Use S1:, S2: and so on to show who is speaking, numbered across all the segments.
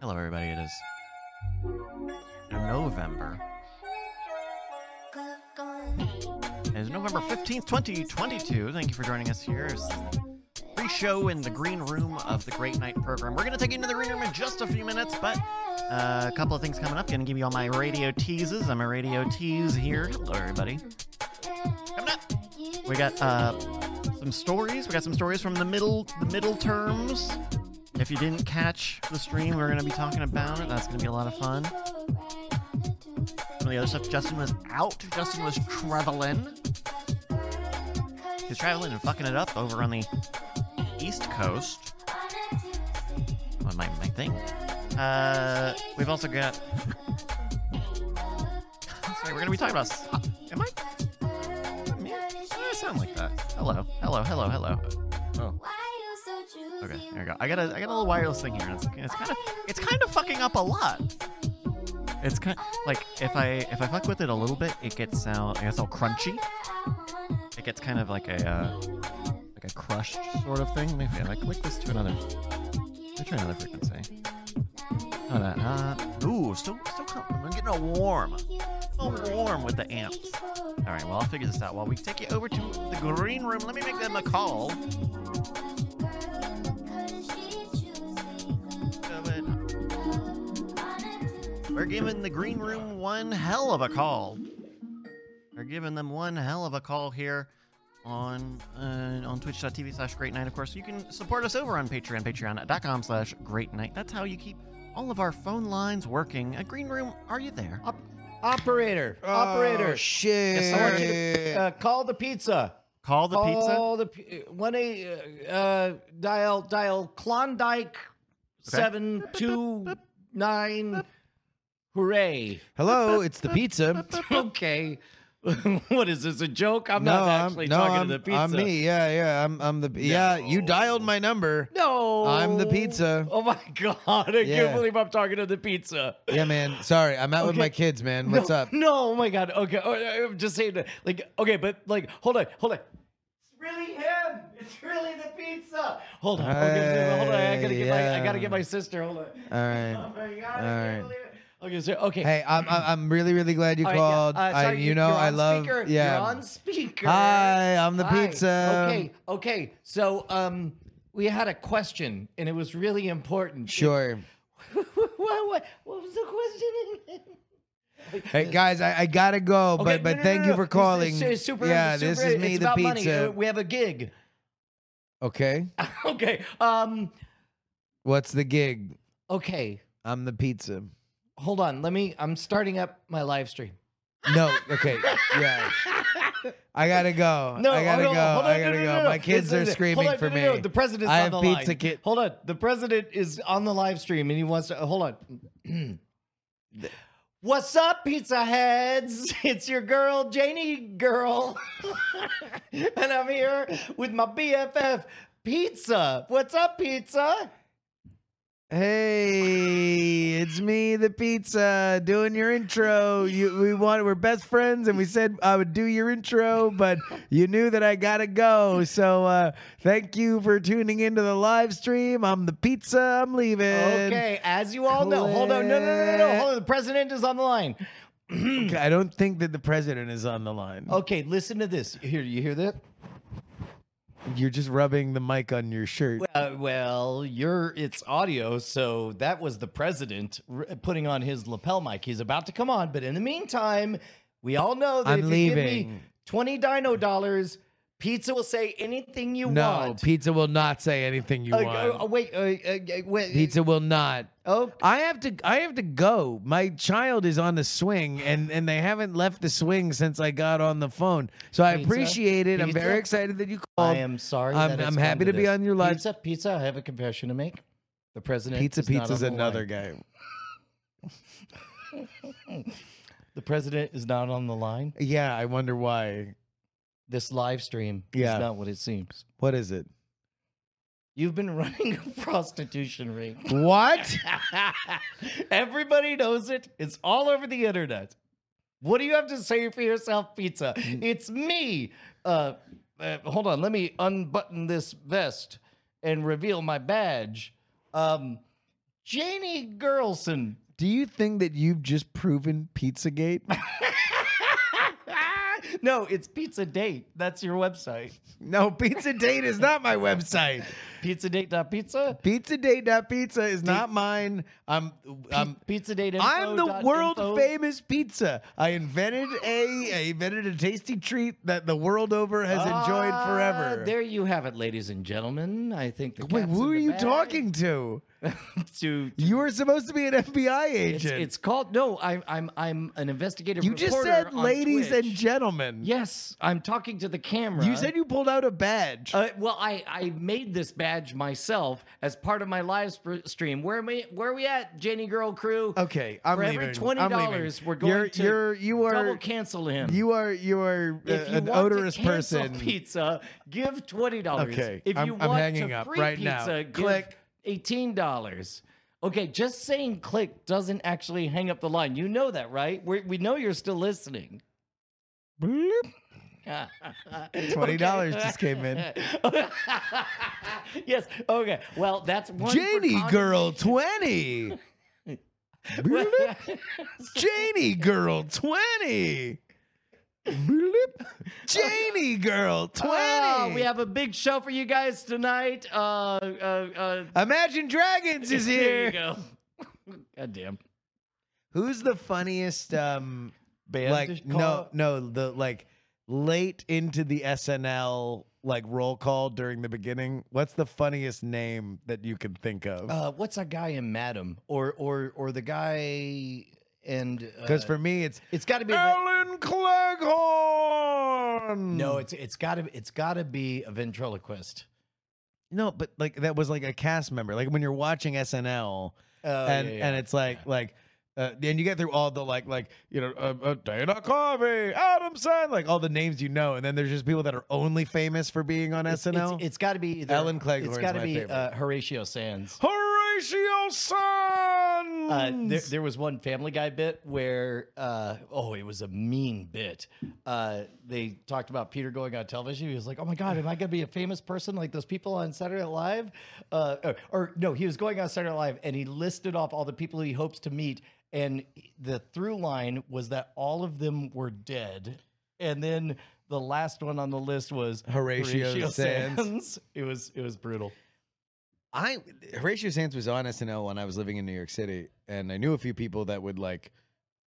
S1: Hello, everybody. It is November. It is November 15th, 2022. Thank you for joining us here. It's free show in the green room of the Great Night program. We're going to take you into the green room in just a few minutes, but uh, a couple of things coming up. Going to give you all my radio teases. I'm a radio tease here. Hello, everybody. Coming up, we got uh, some stories. We got some stories from the middle the middle terms. If you didn't catch the stream, we're going to be talking about it. That's going to be a lot of fun. Some of the other stuff. Justin was out. Justin was traveling. He's traveling and fucking it up over on the East Coast. On my, my thing. Uh, we've also got. Sorry, we're going to be talking about. s- uh, Am I? am I- I sound like that. Hello, hello, hello, hello. Oh. Okay, there we go. I got a I got a little wireless thing here. and It's, it's kind of it's kind of fucking up a lot. It's kind like if I if I fuck with it a little bit, it gets sound it gets all crunchy. It gets kind of like a uh, like a crushed sort of thing. Maybe if I click this to another. I try another frequency. Oh that. Uh, ooh, still still com- I'm getting all warm. All warm with the amps. All right, well I'll figure this out while we take you over to the green room. Let me make them a call. We're giving the green room one hell of a call. We're giving them one hell of a call here on uh, on twitch.tv slash great night of course you can support us over on patreon patreon.com slash great night that's how you keep all of our phone lines working a green room are you there
S2: Operator, operator,
S3: Oh, shit.
S2: I want you to uh, call the pizza.
S1: call the pizza
S2: call the one a uh, dial dial Klondike seven two nine. Hooray!
S3: Hello, it's the pizza.
S2: Okay, what is this a joke? I'm
S3: no,
S2: not
S3: I'm,
S2: actually
S3: no,
S2: talking
S3: I'm,
S2: to the pizza.
S3: I'm me. Yeah, yeah. I'm, I'm the. Yeah, you dialed my number.
S2: No,
S3: I'm the pizza.
S2: Oh my god! I
S3: Yeah.
S2: can't believe I'm talking to the pizza.
S3: Yeah, man. Sorry, I'm out with
S2: Okay.
S3: my kids, man. What's
S2: no,
S3: up?
S2: No, oh my god. Okay, oh, I- I'm just saying. that, Like, okay, but like, hold on, hold on. It's really him. It's really the pizza. Hold on, okay, hold on. I gotta get my, I gotta get my
S3: Yeah.
S2: sister. Hold on.
S3: All
S2: Oh
S3: right.
S2: my god, I
S3: Alright.
S2: can't believe it. Okay, so okay.
S3: Hey, I'm, I'm I'm really, really glad you
S2: All right, yeah,
S3: called.
S2: uh,
S3: I,
S2: sorry,
S3: you know,
S2: you're
S3: I
S2: on
S3: love.
S2: Speaker.
S3: Yeah.
S2: You're on speaker.
S3: Hi, I'm the
S2: Hi.
S3: pizza.
S2: Okay, okay. So, um, we had a question, and it was really important.
S3: Sure.
S2: what, what, what was the question?
S3: Hey guys, I, I gotta go,
S2: Okay,
S3: but
S2: no,
S3: but
S2: no,
S3: thank
S2: no,
S3: you
S2: no.
S3: for
S2: It's-
S3: calling.
S2: It's, it's super,
S3: yeah,
S2: super-
S3: this is me,
S2: it's
S3: the
S2: about
S3: pizza.
S2: money. Uh, We have a gig.
S3: Okay,
S2: okay. Um.
S3: what's the gig?
S2: Okay.
S3: I'm the pizza.
S2: Hold on. Let me. I'm starting up my live stream.
S3: No, okay, yeah. I gotta go.
S2: No,
S3: I gotta
S2: hold on,
S3: go.
S2: hold on,
S3: I
S2: no,
S3: gotta
S2: no,
S3: go.
S2: no, no.
S3: My kids
S2: Listen,
S3: are
S2: listen.
S3: screaming
S2: hold on,
S3: for
S2: no,
S3: me.
S2: No, no. The president's
S3: I
S2: on
S3: have
S2: the
S3: pizza
S2: line.
S3: kit.
S2: Hold on. The president is on the live stream and he wants to. Hold on. What's up, pizza heads? It's your girl, Janie girl. and I'm here with my BFF, Pizza. What's up, Pizza?
S3: Hey, it's me, the pizza, doing your intro. You, we want we're best friends, and we said I would do your intro, but you knew that I gotta go. So uh, thank you for tuning into the live stream. I'm the pizza. I'm leaving.
S2: Okay, as you all know, hold on, no, no, no, no, no, hold on. The president is on the line.
S3: Okay, I don't think that the president is on the line.
S2: Okay, listen to this. Here, you hear that?
S3: You're just rubbing the mic on your shirt.
S2: Uh, well, you're it's audio, so that was the president r- putting on his lapel mic. He's about to come on, but in the meantime, we all know that
S3: I'm
S2: if you give me
S3: leaving.
S2: twenty dino dollars, pizza will say anything you
S3: no,
S2: want.
S3: pizza will not say anything you
S2: Uh,
S3: want.
S2: uh, wait, uh, uh, wait,
S3: pizza will not.
S2: Oh,
S3: I have to I have to go. My child is on the swing and and they haven't left the swing since I got on the phone. So I
S2: Pizza?
S3: appreciate it. I'm very
S2: Pizza?
S3: excited that you called.
S2: I am sorry.
S3: I'm-
S2: that it's
S3: I'm
S2: come
S3: happy to be
S2: this.
S3: on your live-
S2: Pizza, pizza. I have a confession to make. The president.
S3: pizza
S2: is not
S3: pizza's
S2: on the
S3: another
S2: line.
S3: guy.
S2: The president is not on the line.
S3: Yeah, I wonder why.
S2: This live stream
S3: Yeah.
S2: is not what it seems.
S3: What is it?
S2: You've been running a prostitution ring.
S3: What?
S2: Everybody knows it. It's all over the internet. What do you have to say for yourself, pizza? It's me. Uh, uh, hold on, let me unbutton this vest and reveal my badge. Um, Janie Girlson.
S3: Do you think that you've just proven Pizzagate?
S2: no, it's Pizza Date. That's your website.
S3: no, Pizza Date is not my website.
S2: Pizzadate.pizza?
S3: Pizzadate.pizza is not mine. I'm I'm
S2: Pizza Date.
S3: Um, I'm the world famous pizza. I invented a I invented a tasty treat that the world over has enjoyed forever.
S2: Ah, There you have it, ladies and gentlemen. I think the
S3: Wait,
S2: cat's in
S3: who are
S2: the
S3: you
S2: bag.
S3: talking to?
S2: to?
S3: You were supposed to be an FBI
S2: It's,
S3: agent.
S2: it's called no. I'm I'm I'm an investigative.
S3: you just
S2: reporter
S3: said
S2: on
S3: ladies and
S2: Twitch.
S3: gentlemen.
S2: Yes, I'm talking to the camera.
S3: You said you pulled out a badge.
S2: Uh, well, I, I made this badge myself as part of my live sp- stream. Where am we? Where are we at, Janie Girl Crew?
S3: okay, I'm
S2: for
S3: leaving.
S2: every
S3: I'm
S2: $20
S3: leaving.
S2: we're going
S3: you're,
S2: to
S3: you're, you are
S2: Double cancel him.
S3: you are you are uh,
S2: if you
S3: an
S2: want
S3: odorous
S2: to cancel
S3: person.
S2: Pizza, give twenty dollars.
S3: Okay,
S2: If
S3: I'm-
S2: you
S3: I'm
S2: want
S3: hanging
S2: to
S3: up
S2: free
S3: right now.
S2: pizza, give
S3: Click.
S2: eighteen dollars. Okay, just saying click doesn't actually hang up the line. You know that, right? we we know you're still listening.
S3: Bloop.
S2: Twenty
S3: $20 just came in.
S2: yes. Okay. Well, that's one. for
S3: Janie
S2: Congress.
S3: girl 20.
S2: Oh,
S3: Bloop. Janie girl 20. Bloop. Janie girl 20.
S2: Oh, we have a big show for you guys tonight. Uh, uh, uh,
S3: Imagine Dragons is
S2: there you
S3: here.
S2: go. God damn.
S3: Who's the funniest um
S2: Band
S3: like no no the like late into the SNL like roll call during the beginning? What's the funniest name that you can think of?
S2: Uh, what's that guy in Madam or or or the guy and
S3: Cuz
S2: uh,
S3: for me it's
S2: it's got to be
S3: Alan Cleghorn.
S2: no, it's it's got to it's got to be a ventriloquist.
S3: No, but like that was like a cast member. Like when you're watching SNL
S2: Oh,
S3: and
S2: yeah, yeah.
S3: and it's like like uh, and you get through all the like like you know uh, uh, Dana Carvey, Adam Sandler, like all the names you know, and then there's just people that are only famous for being on
S2: It's-
S3: SNL.
S2: it's got to be either,
S3: Alan Cleghorn's
S2: It's got to
S3: my
S2: be
S3: favorite.
S2: uh, Horatio Sands.
S3: Horatio Sands.
S2: Uh, there, there was one Family Guy bit where, uh, oh, it was a mean bit. Uh, they talked about Peter going on television. He was like, "Oh my God, am I going to be a famous person like those people on Saturday Night Live?" Uh, or, or no, he was going on Saturday Night Live and he listed off all the people he hopes to meet, and the through line was that all of them were dead, and then. The last one on the list was
S3: Horatio Sands.
S2: It was it was brutal.
S3: I Horatio Sands was on SNL when I was living in New York City, and I knew a few people that would like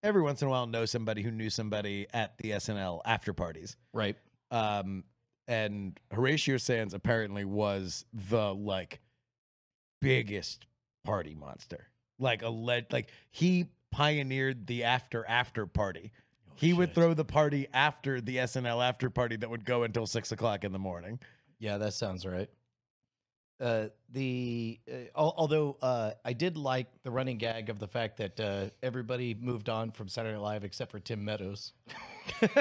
S3: every once in a while know somebody who knew somebody at the SNL after parties.
S2: Right.
S3: Um, and Horatio Sands apparently was the like biggest party monster. Like a led, like he pioneered the after after party. he would
S2: shit.
S3: throw the party after the SNL after party that would go until six o'clock in the morning.
S2: Yeah, that sounds right. Uh, the uh, al- although uh, I did like the running gag of the fact that uh, everybody moved on from Saturday Night Live except for Tim Meadows.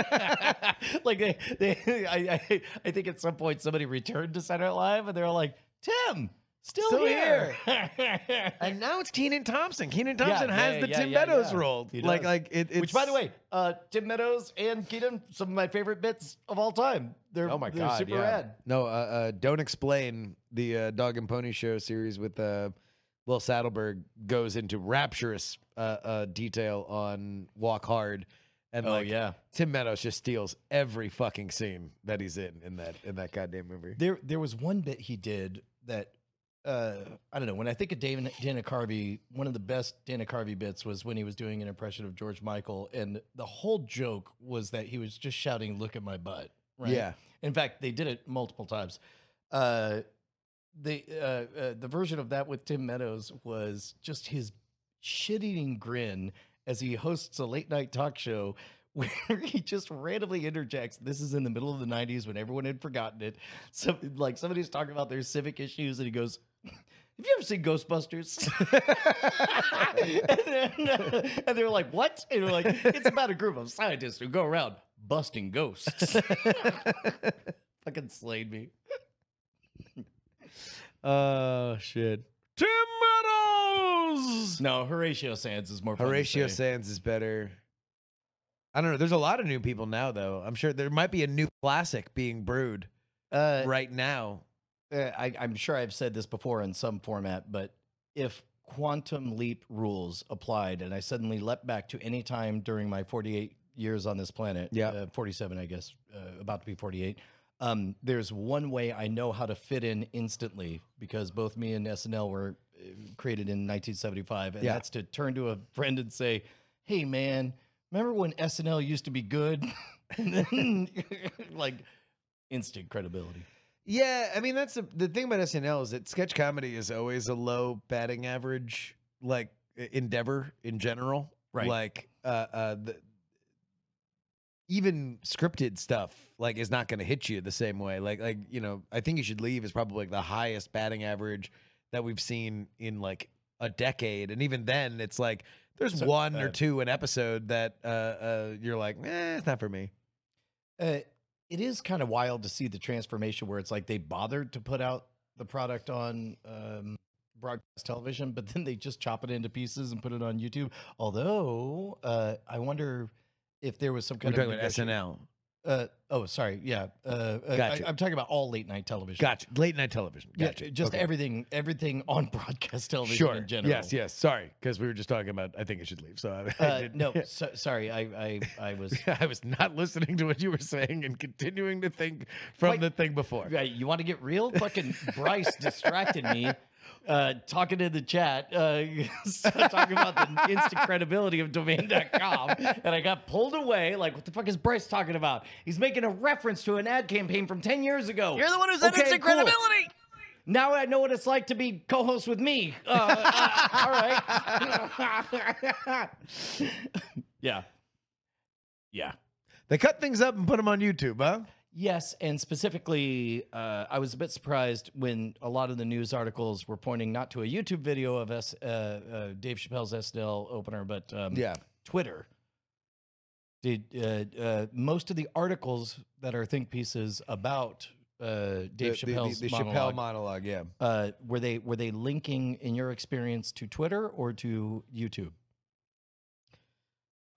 S2: like they, they I, I, I think at some point somebody returned to Saturday Night Live and they're like, Tim, still,
S3: Still
S2: here.
S3: And now it's Keenan Thompson. Keenan
S2: Yeah,
S3: Thompson has
S2: yeah,
S3: the
S2: yeah,
S3: Tim
S2: yeah,
S3: Meadows
S2: yeah.
S3: role.
S2: He
S3: Like,
S2: does.
S3: like it, it's
S2: Which, by the way, uh, Tim Meadows and Keenan, some of my favorite bits of all time. They're
S3: Oh my
S2: they're
S3: god!
S2: super
S3: yeah.
S2: rad.
S3: No, uh, uh, don't explain the uh, Dog and Pony Show series with uh, Will Saddleberg goes into rapturous uh, uh, detail on Walk Hard, and
S2: Oh,
S3: like Tim Meadows just steals every fucking scene that he's in in that in that goddamn movie.
S2: There, there was one bit he did that uh, I don't know. When I think of Dana, Dana Carvey, one of the best Dana Carvey bits was when he was doing an impression of George Michael, and the whole joke was that he was just shouting, "Look at my butt!" Right?
S3: Yeah,
S2: In fact, they did it multiple times. Uh, the uh, uh, the version of that with Tim Meadows was just his shit-eating grin as he hosts a late-night talk show where he just randomly interjects. This is in the middle of the '90s when everyone had forgotten it. So, like somebody's talking about their civic issues, and he goes. Have you ever seen Ghostbusters? and, then- uh, and they're like, "What?" And they're like, "It's about a group of scientists who go around busting ghosts." Fucking slayed me. Uh,
S3: oh shit! Tim Meadows.
S2: No, Horatio Sands is more. fun to
S3: Horatio
S2: say.
S3: Sands is better. I don't know. There's a lot of new people now, though. I'm sure there might be a new classic being brewed
S2: Uh,
S3: right now.
S2: Eh, uh, I, I'm sure I've said this before in some format, but if quantum leap rules applied, and I suddenly leapt back to any time during my 48 years on this planet.
S3: Yeah.
S2: uh, 47, I guess, uh, about to be 48. Um, there's one way I know how to fit in instantly because both me and SNL were uh, created in 1975, and
S3: Yeah.
S2: that's to turn to a friend and say, "Hey, man, remember when SNL used to be good?" and then, like, instant credibility.
S3: Yeah, I mean that's the, the thing about SNL is that sketch comedy is always a low batting average like e- endeavor in general.
S2: Right.
S3: Like uh uh the, even scripted stuff like is not going to hit you the same way. Like like you know, I think you should leave is probably like the highest batting average that we've seen in like a decade and even then it's like there's
S2: So
S3: one or
S2: bad.
S3: two an episode that uh uh you're like, "Eh, it's not for me."
S2: uh, it is kind of wild to see the transformation where it's like they bothered to put out the product on um, broadcast television, but then they just chop it into pieces and put it on YouTube. Although, uh, I wonder if there was some
S3: We're
S2: kind
S3: talking
S2: of
S3: about
S2: negotia-
S3: SNL.
S2: Uh, oh, sorry. Yeah. Uh, uh,
S3: Gotcha.
S2: I, am talking about all late night television.
S3: Gotcha. Late night television.
S2: Yeah,
S3: Gotcha.
S2: just
S3: Okay.
S2: everything, everything on broadcast television in general.
S3: Yes, yes. Sorry, because we were just talking about. I think it should leave. So I, I
S2: Uh,
S3: did-
S2: no, so, sorry. I, I, I was.
S3: I was not listening to what you were saying and continuing to think from
S2: Wait.
S3: the thing before.
S2: Right, you want to get real? Fucking Bryce distracted me uh, talking to the chat, uh, talking about the instant credibility of domain.com. And I got pulled away. Like, what the fuck is Bryce talking about? He's making a reference to an ad campaign from 10 years ago.
S1: You're the one who said
S2: Okay,
S1: instant
S2: cool.
S1: credibility.
S2: Now I know what it's like to be co host with me. Uh, uh, all right. yeah. Yeah.
S3: They cut things up and put them on YouTube, huh?
S2: Yes, and specifically, uh, I was a bit surprised when a lot of the news articles were pointing not to a YouTube video of S, uh, uh, Dave Chappelle's SNL opener, but um, Twitter. Did uh, uh, most of the articles that are think pieces about uh, Dave Chappelle's monologue,
S3: monologue. Yeah.
S2: uh, were they were they linking in your experience to Twitter or to YouTube?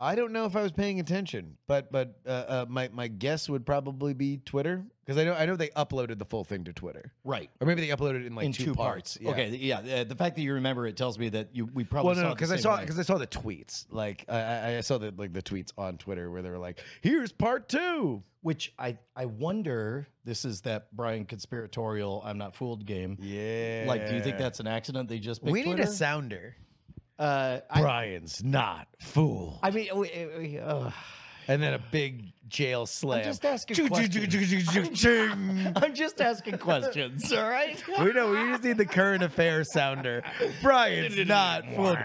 S3: I don't know if I was paying attention, but but uh, uh, my my guess would probably be Twitter because I know I know they uploaded the full thing to Twitter,
S2: Right.
S3: or maybe they uploaded it in like
S2: in two, parts.
S3: Yeah.
S2: Okay, yeah. uh, the fact that you remember it tells me that you we probably
S3: well, no,
S2: saw it the
S3: because I
S2: same
S3: saw
S2: way.
S3: because I saw the tweets. Like I- I, I saw the like the tweets on Twitter where they were like, "Here's part two.
S2: Which I I wonder. This is that Brian conspiratorial. I'm not fooled game.
S3: Yeah,
S2: Like, do you think that's an accident? They just picked
S3: we need a
S2: Twitter?
S3: sounder?
S2: Uh, I,
S3: Brian's not fool,
S2: I mean, we- uh, we- uh,
S3: and then a big jail slam.
S2: just asking
S3: Choo- choo-
S2: questions.
S3: choo- choo- choo- ching.
S2: I'm just asking questions. All right.
S3: We know we just need the current affair sounder. Brian's not fooled.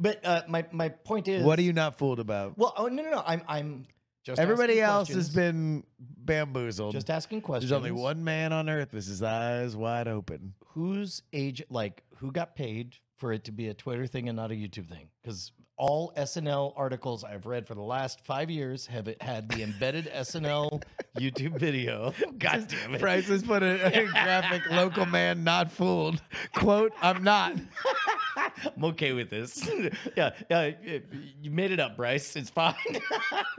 S2: but uh, my my point is.
S3: what are you not fooled about?
S2: Well, oh no no no. I'm I'm just
S3: Everybody
S2: asking
S3: else has
S2: questions.
S3: been bamboozled.
S2: just asking questions.
S3: There's only one man on earth with his eyes wide open.
S2: whose age like who got paid for it to be a Twitter thing and not a YouTube thing? Because all SNL articles I've read for the last five years have it had the embedded SNL YouTube video. God damn it.
S3: Bryce has put a, a graphic local man not fooled. Quote, I'm not.
S2: I'm okay with this. yeah, yeah, y- you made it up, Bryce. It's fine.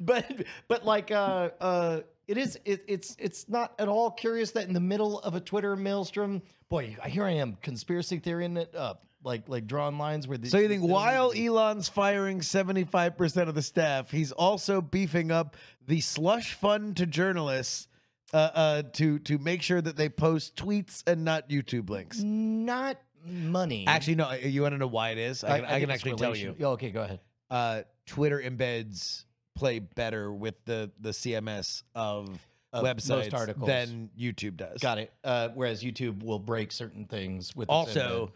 S2: but but like uh uh it is it, it's it's not at all curious that in the middle of a Twitter maelstrom, boy, here I am conspiracy theorying it up. Like like drawing lines where the
S3: So you think
S2: they don't need to
S3: while
S2: be.
S3: Elon's firing 75% of the staff, he's also beefing up the slush fund to journalists uh, uh, to to make sure that they post tweets and not YouTube links.
S2: Mm. not money.
S3: Actually, no. uh, You want to know why it is? I can, I
S2: think
S3: can
S2: it's
S3: actually tell
S2: relation-
S3: you.
S2: Yeah, Okay, go ahead.
S3: Uh, Twitter embeds play better with the the CMS of,
S2: Of most
S3: websites
S2: articles.
S3: than YouTube does.
S2: Got it. Uh, whereas YouTube will break certain things with its
S3: Also,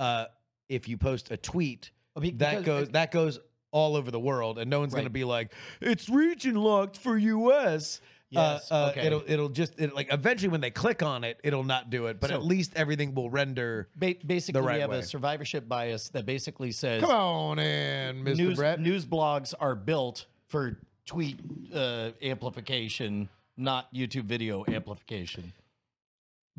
S2: embed.
S3: uh, if you post a tweet
S2: Oh, be-
S3: that
S2: because-
S3: goes that goes all over the world, and no one's gonna
S2: Right.
S3: be like, "It's region locked for U.S." Uh,
S2: Yes,
S3: uh,
S2: okay.
S3: It'll it'll just it, like eventually when they click on it, it'll not do it. But
S2: So-
S3: at least everything will render.
S2: ba- basically
S3: right
S2: we have
S3: way.
S2: a survivorship bias that basically says
S3: Come on in, Mr.
S2: news
S3: Brett.
S2: news blogs are built for tweet uh, amplification, not YouTube video amplification.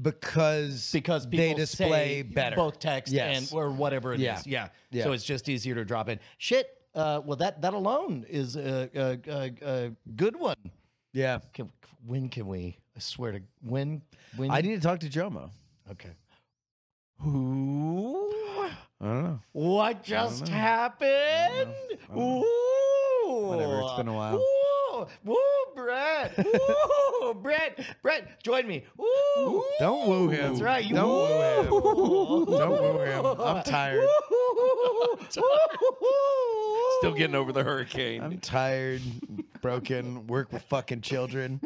S3: because
S2: because people
S3: they display
S2: say
S3: better.
S2: both text
S3: Yes.
S2: and or whatever it is.
S3: Yeah.
S2: yeah.
S3: Yeah.
S2: So it's just easier to drop in. Shit. Uh, well, that that alone is a, a, a, a good one.
S3: Yeah,
S2: Can, when can we? I swear to when when
S3: I need to talk to Jomo.
S2: okay. Who What just happened? Ooh.
S4: Whatever, it's been a while.
S2: Ooh, woo, Brett. Ooh, Brett. Brett, join me. Ooh.
S3: Don't woo him.
S2: That's right. You
S3: Don't woo him. Don't woo him. I'm tired. Still getting over the hurricane. I'm tired, broken, work with fucking children.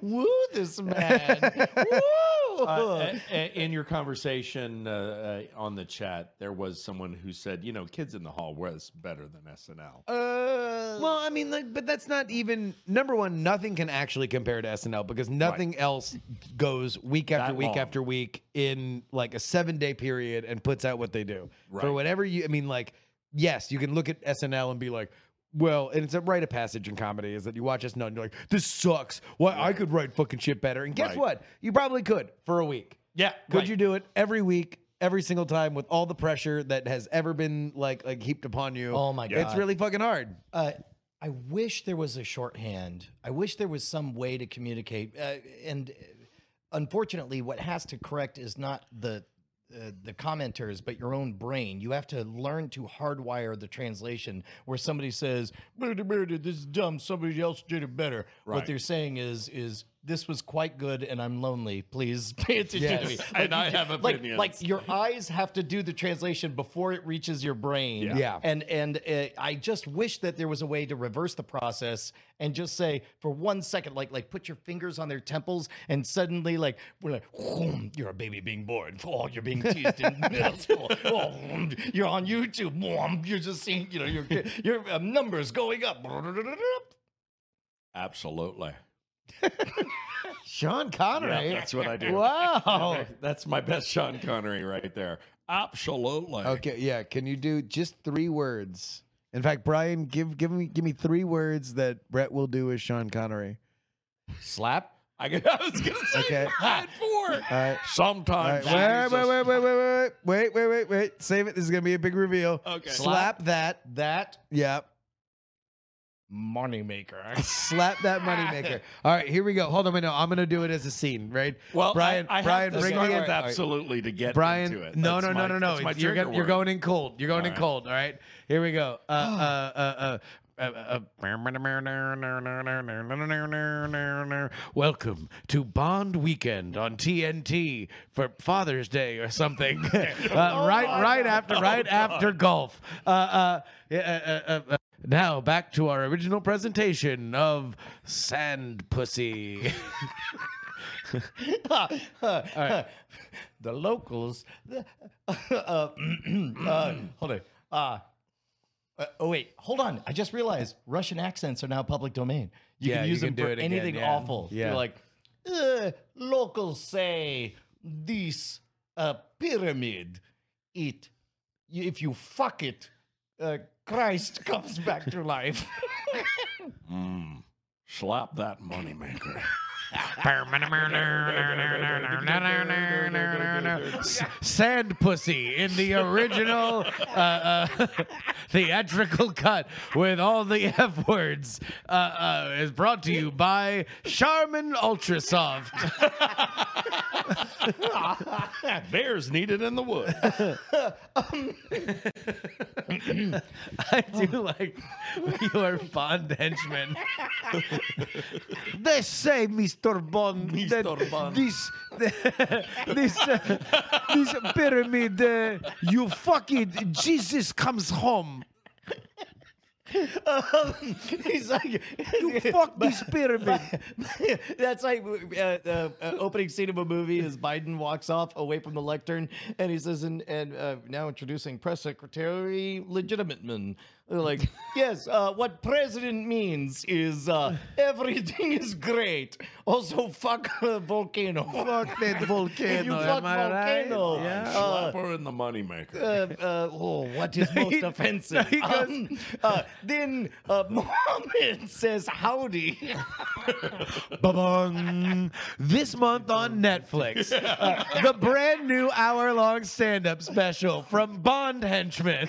S2: Woo this man. Woo.
S5: Uh, a- a- in your conversation uh, uh, on the chat, there was someone who said, you know, Kids in the Hall was better than SNL.
S3: Uh, Well, I mean, like, but that's not even number one. Nothing can actually compare to SNL because nothing else goes week after
S5: That
S3: week
S5: long.
S3: after week in like a seven day period and puts out what they do
S5: Right.
S3: for whatever you. I mean, like, yes, you can look at SNL and be like. Well, and it's a rite of passage in comedy is that you watch SNL and you're like, this sucks. Why I could write fucking shit better. And guess
S5: Right.
S3: what? You probably could for a week.
S5: yeah.
S3: Could you do it every week, every single time with all the pressure that has ever been like like heaped upon you?
S2: Oh my
S3: It's
S2: God.
S3: really fucking hard.
S2: uh, I wish there was a shorthand. I wish there was some way to communicate. Uh, and uh, unfortunately, what has to correct is not the uh, the commenters, but your own brain. You have to learn to hardwire the translation where somebody says, "Brr-da, brr-da, "This is dumb. Somebody else did it better." What
S5: Right.
S2: they're saying is is this was quite good, and I'm lonely. Please pay attention to me.
S3: Yes.
S2: Like,
S5: And I
S2: you-
S5: have
S2: like,
S5: opinions.
S2: like your eyes have to do the translation before it reaches your brain.
S5: Yeah.
S3: Yeah.
S2: And and uh, I just wish that there was a way to reverse the process and just say for one second, like like put your fingers on their temples, and suddenly like we're like, "Whoom, you're a baby being born. Oh, you're being teased in middle school. Oh, whoom, you're on YouTube. Whoom, You're just seeing, you know, your your uh, numbers going up.
S5: Absolutely.
S3: Sean Connery.
S5: Yeah, that's what I do.
S3: Wow.
S5: That's my best Sean Connery right there. Absolutely.
S3: okay, yeah. Can you do just three words? In fact, Brian, give give me give me three words that Brett will do as Sean Connery.
S2: Slap.
S5: I, g- I was going to say
S3: Okay.
S5: I had four.
S3: All right. All right.
S5: Sometimes.
S3: Wait,
S5: Jesus.
S3: wait, wait, wait, wait, wait, wait, wait, wait, wait. Save it. This is gonna be a big reveal.
S5: Okay.
S3: Slap that.
S2: That
S3: Yeah.
S2: money maker.
S3: Slap that moneymaker. All right, here we go. Hold on, wait, no, I'm gonna do it as a scene, right?
S5: Well,
S3: Brian,
S5: I, I
S3: Brian,
S5: have to
S3: bring
S5: start
S3: me in.
S5: with
S3: All right.
S5: absolutely to get
S3: Brian,
S5: into it.
S3: no,
S5: That's
S3: no, no,
S5: my-
S3: no, no,
S5: that's my
S3: It's- You're,
S5: trigger
S3: go- you're
S5: word.
S3: going in cold. You're going in
S5: All right.
S3: cold. All right, here we go. Uh, uh, uh, uh, uh, uh, uh, Welcome to Bond Weekend on TNT for Father's Day or something. uh,
S5: Oh
S3: right, right after, right after golf. Uh, uh, uh, uh, uh, uh, now back to our original presentation of Sand Pussy.
S2: the locals. The, uh, uh, hold on. Uh, uh, oh wait, hold on. I just realized Russian accents are now public domain. You
S3: Yeah,
S2: can
S3: you
S2: use
S3: can
S2: them
S3: do
S2: for
S3: it again,
S2: anything
S3: yeah.
S2: awful.
S3: Yeah.
S2: You're like, "Uh, locals say this uh, pyramid. It, you- if you fuck it, uh, Christ comes back to life.
S5: Slap that moneymaker.
S4: S- Sand pussy in the original uh, uh, theatrical cut with all the F words uh, uh, is brought to you by Charmin Ultrasoft.
S5: Bears needed in the wood.
S4: I do like your Bond henchman.
S3: They say, Mr. Bond,
S5: Mr. Bond.
S3: this this uh, this pyramid, uh, you fuck it, Jesus comes home.
S2: He's like,
S3: Fuck this pyramid.
S2: That's like uh, uh, uh, opening scene of a movie is Biden walks off away from the lectern and he says, and, and uh, now introducing press secretary legitimate man. They're like, yes, uh, what president means is uh, everything is great. Also, fuck uh, volcano.
S3: Fuck that
S2: If you
S3: volcano.
S2: fuck
S3: am I right?
S2: volcano,
S3: Yeah.
S5: Slap her in the moneymaker.
S2: uh, uh, oh, what is most offensive?
S3: he goes-
S2: Um, uh, then uh, Mohammed says, howdy.
S3: Ba-bung. This month on Netflix, uh, the brand new hour long stand up special from Bond Henchmen.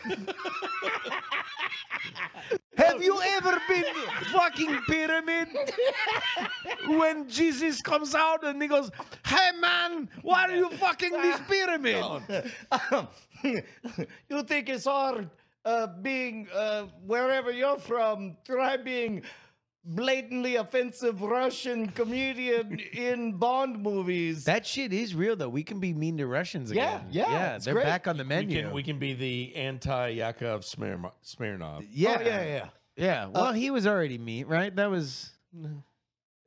S3: Hello, Have you ever been fucking pyramid? when Jesus comes out and he goes, "Hey man, why are you fucking this pyramid?"
S2: Um, you think it's hard uh, being uh, wherever you're from? Try being blatantly offensive Russian comedian in Bond movies.
S3: That shit is real though. We can be mean to Russians
S2: Yeah,
S3: again.
S2: yeah,
S3: yeah.
S2: it's
S3: They're
S2: great. Oh,
S3: back on the
S5: We
S3: menu.
S5: can, we can be the anti Yakov Smirno- Smirnov.
S3: yeah.
S2: Oh, yeah, yeah.
S5: Uh,
S3: Yeah. Well, he was already mean, right? That was.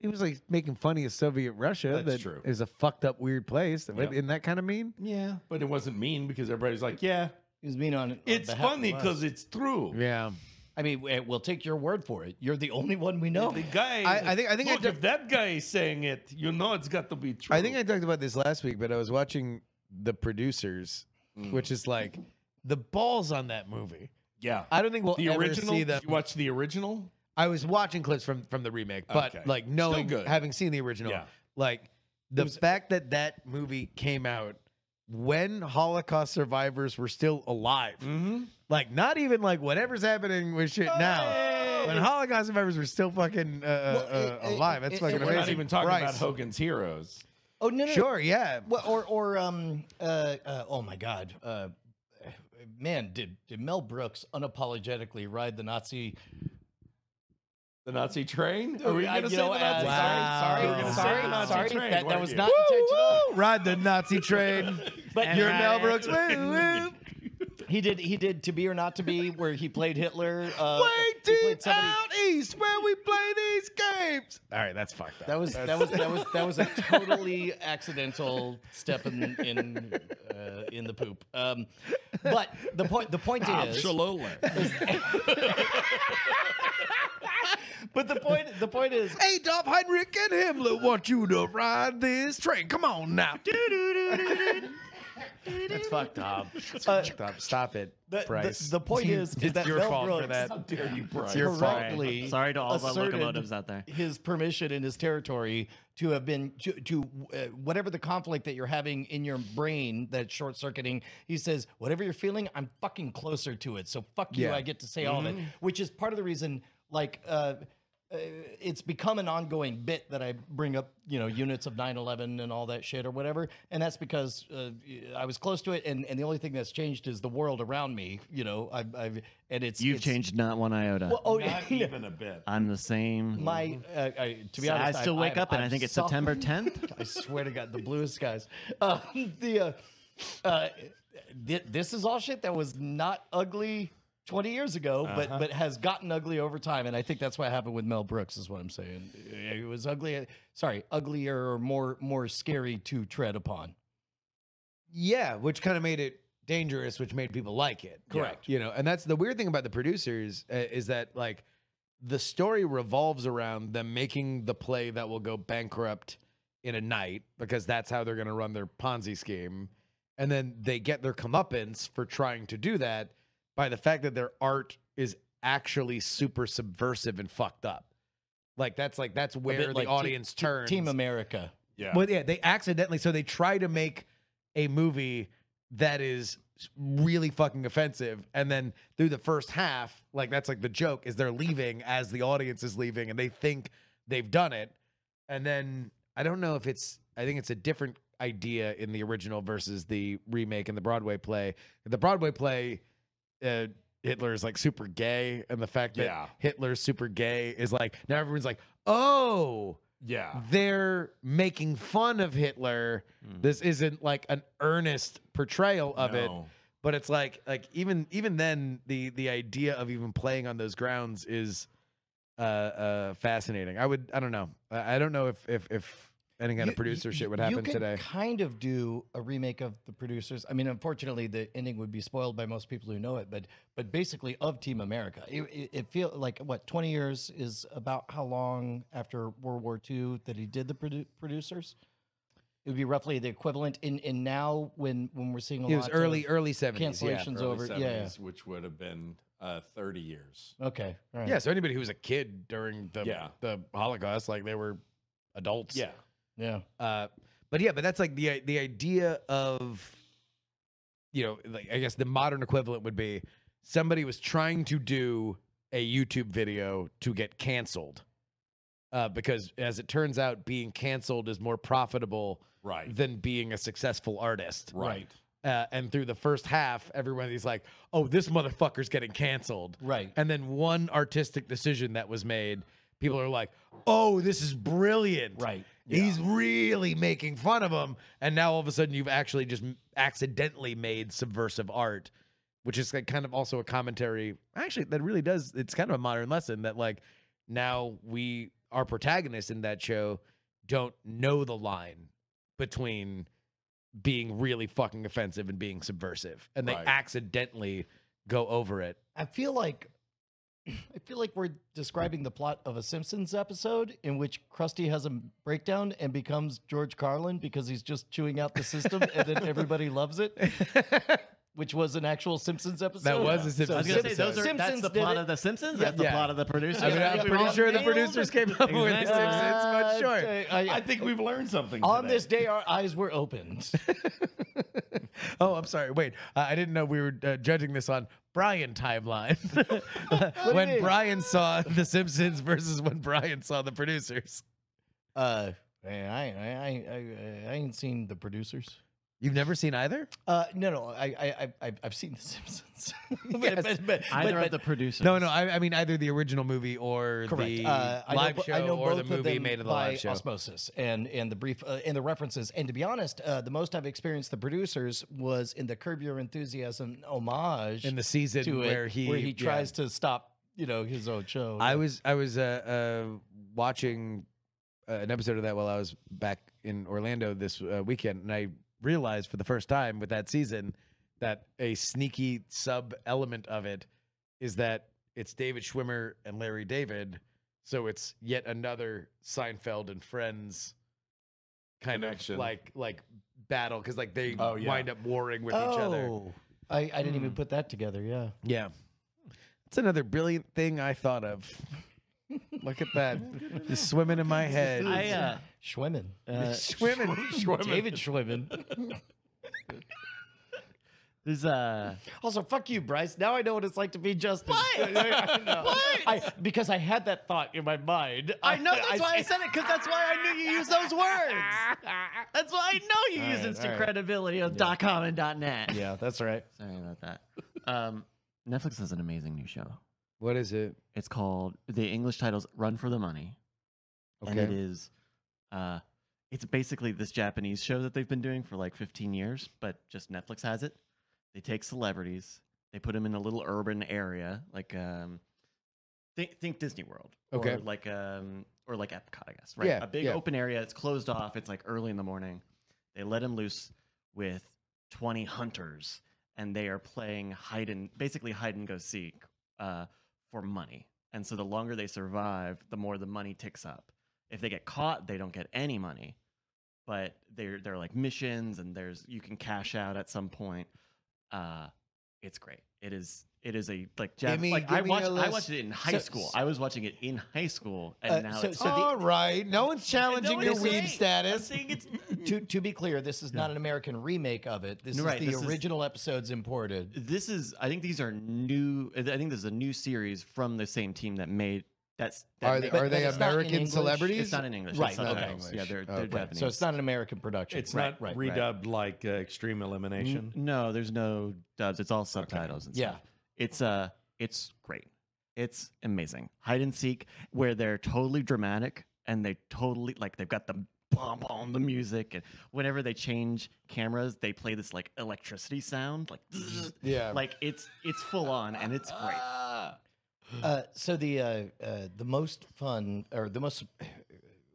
S3: He was like making funny of Soviet Russia.
S5: That's
S3: that
S5: true.
S3: Is a fucked up weird place. That-
S5: Yep.
S3: Isn't that kind of mean?
S5: Yeah, but it wasn't mean because everybody's like, yeah,
S2: He was mean on it. on
S5: it's
S2: behalf of
S5: funny
S2: us.
S5: because it's true.
S3: Yeah.
S2: I mean, we- we'll take your word for it. You're the only one we know.
S5: The guy,
S3: I- I think- I think I
S5: look,
S3: def-
S5: if that guy is saying it, you know it's got to be true.
S3: I think I talked about this last week, but I was watching The Producers,
S5: Mm.
S3: which is like the balls on that movie.
S5: yeah,
S3: I don't think we'll
S5: the
S3: ever
S5: original.
S3: see
S5: did
S3: them.
S5: you watch the original?
S3: I was watching clips from from the remake, but
S5: Okay.
S3: like
S5: Still
S3: knowing,
S5: good.
S3: having seen the original,
S5: Yeah.
S3: like the fact that that movie came out when Holocaust survivors were still alive,
S5: Mm-hmm. Oh.
S3: like not even like whatever's happening with shit now, when Holocaust survivors were still fucking uh, uh, uh,
S2: it-
S3: alive. That's
S2: it-
S3: fucking
S2: it-
S5: We're
S3: amazing.
S5: not even talking about
S3: Christ.
S5: Hogan's Heroes.
S2: Oh no, no, no.
S3: Sure, yeah.
S2: Well, or or um uh, uh oh my god, uh, man, did did Mel Brooks unapologetically ride the Nazi?
S5: The Nazi train? Are we
S2: I-
S5: going to
S2: you
S5: say
S2: know,
S5: the
S2: uh,
S5: Nazi
S3: wow.
S2: Sorry,
S5: train? Sorry, we're going to say the Nazi
S2: sorry,
S5: train.
S2: that, that
S5: weren't
S2: was
S5: you?
S2: not intentional.
S3: Ride the Nazi train.
S2: But
S3: You're Mel Brooks. Woo, woo.
S2: He did. He did. To be or not to be, where he played Hitler. Uh, he
S3: Waiting
S2: played somebody-
S3: out east where we play these games. All right, that's fucked up.
S2: That was that was that was that was a totally accidental step in in uh, in the poop. Um, but the point the point
S3: Ah,
S2: is But the point the point is
S3: Adolf Heinrich and Himmler want you to ride this train. Come on now.
S1: It's fucked up.
S3: Stop, stop it,
S2: uh, the,
S3: Bryce.
S2: the, the point is, is
S3: It's
S2: that
S3: your
S2: Mel
S3: fault for
S2: Brooks
S3: that.
S5: How dare you, Brian?
S3: your fault.
S2: correctly
S1: Sorry to all the
S2: asserted
S1: locomotives out there.
S2: His permission in his territory to have been to, to uh, whatever the conflict that you're having in your brain that's short circuiting. He says, "Whatever you're feeling, I'm fucking closer to it. So fuck you.
S3: Yeah.
S2: I get to say all of it." Which is part of the reason, like. Uh, uh, it's become an ongoing bit that I bring up, you know, units of 9/11 and all that shit or whatever, and that's because uh, I was close to it, and, and the only thing that's changed is the world around me, you know. I've, I've and it's
S1: You've
S2: it's-
S1: changed not one iota.
S2: Well, oh,
S5: Not
S2: yeah.
S5: even a bit.
S1: I'm the same.
S2: My, uh, I, to be honest,
S1: Mm-hmm. I still wake up and i think it's
S2: soft-
S1: September 10th.
S2: I swear to God, the bluest skies. Uh, the, uh, uh, thi- this is all shit that was not ugly 20 years ago,
S1: Uh-huh.
S2: but but has gotten ugly over time, and I think that's what happened with Mel Brooks, is what I'm saying. It was ugly, sorry, uglier or more more scary to tread upon.
S3: Yeah, which kind of made it dangerous, which made people like it.
S2: Correct.
S3: You know, and that's the weird thing about the producers uh, is that like the story revolves around them making the play that will go bankrupt in a night because that's how they're going to run their Ponzi scheme, and then they get their comeuppance for trying to do that by the fact that their art is actually super subversive and fucked up. Like that's like that's
S2: A bit
S3: where the
S2: like Te-
S3: audience
S2: Te-
S3: turns.
S2: Team America.
S5: Yeah.
S3: Well, yeah, they accidentally. So they try to make a movie that is really fucking offensive, and then through the first half, like that's like the joke is they're leaving as the audience is leaving, and they think they've done it, and then I don't know if it's. I think it's a different idea in the original versus the remake and the Broadway play. The Broadway play. Uh, Hitler is like super gay, and the fact that
S5: Yeah.
S3: Hitler's super gay is like now everyone's like, oh,
S5: yeah.
S3: they're making fun of Hitler. This isn't like an earnest portrayal of it,
S5: Hmm. No.
S3: but it's like like even even then the the idea of even playing on those grounds is uh uh fascinating. I would I don't know. I I don't know if if if any kind of
S2: You- you-
S3: producer shit would
S2: you
S3: happen
S2: could
S3: today.
S2: Kind of do a remake of the producers. I mean, unfortunately, the ending would be spoiled by most people who know it. But but basically, of Team America, it, it, it feel like what twenty years is about how long after World War II that he did the produ- producers. It would be roughly the equivalent in in now when when we're seeing a lot
S3: It was early
S2: of
S3: early 70s. Yeah.
S2: cancellations
S5: Early
S2: over. Yeah.
S5: 70s, Which would have been uh, 30 years.
S2: Okay. All right.
S3: Yeah, so anybody who was a kid during the
S5: Yeah.
S3: the Holocaust like they were adults.
S5: Yeah.
S2: Yeah.
S3: Uh, but yeah, but that's like the uh, the idea of, you know, like I guess the modern equivalent would be somebody was trying to do a YouTube video to get canceled. Uh, because as it turns out, being canceled is more profitable
S5: Right.
S3: than being a successful artist.
S5: Right.
S3: Uh, and through the first half, everyone is like, oh, this motherfucker's getting canceled.
S2: Right.
S3: And then one artistic decision that was made, people are like, oh, this is brilliant.
S2: Right.
S3: He's really making fun of him. And now all of a sudden you've actually just m- accidentally made subversive art, which is like kind of also a commentary. Actually, that really does. It's kind of a modern lesson that like now we, our protagonists in that show, don't know the line between being really fucking offensive and being subversive. And they
S5: Right.
S3: accidentally go over it.
S2: I feel like I feel like we're describing the plot of a Simpsons episode in which Krusty has a breakdown and becomes George Carlin because he's just chewing out the system and then everybody loves it, which was an actual Simpsons episode.
S3: That was a
S1: I was gonna
S3: Simpsons
S1: say
S3: episode.
S1: those are that's
S2: Simpsons
S1: the
S2: did
S1: plot
S2: it.
S1: of the Simpsons.
S2: Yeah.
S1: That's the
S3: Yeah.
S1: plot of the producers.
S3: I mean,
S1: Yeah,
S3: I'm
S1: we
S3: pretty
S1: all
S3: sure the
S1: nailed
S3: producers
S1: it.
S3: came up with the
S1: Exactly.
S3: Simpsons,
S2: Uh,
S3: but sure.
S5: I think we've learned something.
S2: on
S5: today.
S2: this day, our eyes were opened.
S3: Oh, I'm sorry. Wait, uh, I didn't know we were uh, judging this on Brian timeline.
S2: do you
S3: when
S2: mean?
S3: Brian saw The Simpsons versus when Brian saw the producers.
S2: Uh, man, I, I, I, I ain't seen the producers.
S3: You've never seen either?
S2: Uh, no, no, I, I, I've- I've, I've seen The Simpsons. But-
S3: Yes.
S2: but- but-
S1: Either
S2: but-
S1: of the producers.
S3: No, no. I, I mean either the original movie or
S2: Correct.
S3: the
S2: Uh, I know
S3: live
S2: bo-
S3: show
S2: I know
S3: or the
S2: both of
S3: movie
S2: them
S3: made of the
S2: by
S3: live show.
S2: Osmosis and and the brief uh, and the references. And to be honest, uh, the most I've experienced the producers was in the Curb Your Enthusiasm homage
S3: In the season
S2: to it,
S3: where he
S2: where he
S3: yeah.
S2: tries to stop you know his own
S5: Oh,
S2: show.
S3: I was I was uh, uh, watching uh, an episode of that while I was back in Orlando this uh, weekend, and I realized for the first time with that season that a sneaky sub element of it is that it's David Schwimmer and Larry David, so it's yet another Seinfeld and Friends kind
S5: Connection.
S3: of like like battle because like they
S5: Oh, yeah.
S3: wind up warring with each other. Hmm.
S2: oh, I, I didn't even put that together. Yeah,
S3: Yeah. It's another brilliant thing I thought of. Look at that. Just swimming in my head.
S1: I, uh,
S2: Schwimmen, uh,
S3: swimming.
S2: David Schwimmen.
S1: there's uh,
S2: Also, fuck you, Bryce. Now I know what it's like to be Justin. I know. I- because I had that thought in my mind.
S1: I know that's why I said it because that's why I knew you used those words. That's why I know you use
S2: right,
S1: instant
S2: all right.
S1: credibility on dot .com and dot .net.
S2: Yeah, that's right.
S1: Sorry about that. Um, Netflix has an amazing new show.
S3: What is it?
S1: It's called the English title's "Run for the Money," and it is, uh, it's basically this Japanese show that they've been doing for like 15 years, but just Netflix has it. They take celebrities, they put them in a little urban area, like um, think, think Disney World,
S3: Okay.
S1: or like um, or like Epcot, I guess, right?
S3: Yeah,
S1: a big
S3: yeah.
S1: open area. It's closed off. It's like early in the morning. They let him loose with 20 hunters, and they are playing hide and basically hide and go seek uh, for money. And so the longer they survive, the more the money ticks up. If they get caught, they don't get any money. But they're they're like missions, and there's you can cash out at some point. Uh, it's great. It is it is a like, Jap-
S6: me-
S1: like
S6: give
S1: I
S6: me a
S1: watched I
S6: list.
S1: watched it in high
S2: So-
S1: school. I was watching it in high school, and
S2: Uh,
S1: now
S2: so-
S1: it's
S2: so the-
S6: All right. No one's challenging your
S1: it's
S6: weeb
S1: great. I'm
S6: status.
S1: saying it's
S2: to, to be clear, this is not an American remake of it. This
S1: Right,
S2: is
S1: this
S2: the
S1: is-
S2: original episodes imported.
S1: this is i think these are new i think this is a new series from the same team that made that's that
S6: Are
S1: made-
S6: they,
S2: but-
S6: are
S2: but
S6: they
S2: it's not in
S6: American
S2: English.
S1: it's
S6: celebrities?
S1: not in english
S2: Right,
S1: it's not in
S2: okay.
S1: English. yeah they're, they're
S6: Okay. So
S1: Japanese.
S2: So it's not an American production.
S5: It's
S1: Right,
S5: not
S2: right, right.
S5: redubbed like uh, Extreme Elimination.
S1: N- no there's no dubs it's all subtitles and
S2: Yeah.
S1: stuff. it's uh it's great it's amazing hide and seek where they're totally dramatic and they totally like they've got the bomb on the music and whenever they change cameras they play this like electricity sound like
S6: Yeah.
S1: like it's it's full on and it's great
S2: Uh, so the uh, uh, the most fun or the most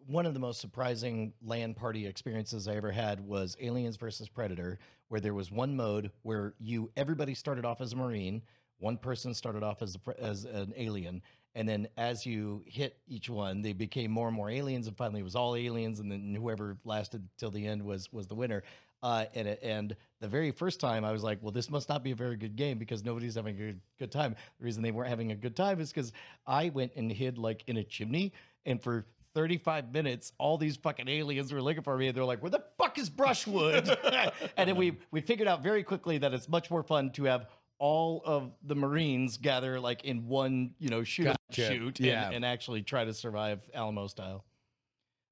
S2: one of the most surprising land party experiences I ever had was Aliens versus Predator, where there was one mode where you everybody started off as a marine, one person started off as a, pre- as an alien, and then as you hit each one, they became more and more aliens, and finally it was all aliens, and then whoever lasted till the end was was the winner. Uh, and it- and the very first time I was like, well, this must not be a very good game because nobody's having a good, good time. The reason they weren't having a good time is because I went and hid like in a chimney, and for 35 minutes, all these fucking aliens were looking for me, and they're like, where the fuck is brushwood? and then we we figured out very quickly that it's much more fun to have all of the Marines gather like in one, you know, shoot
S7: Gotcha.
S2: shoot
S7: Yeah.
S2: and, and actually try to survive Alamo style.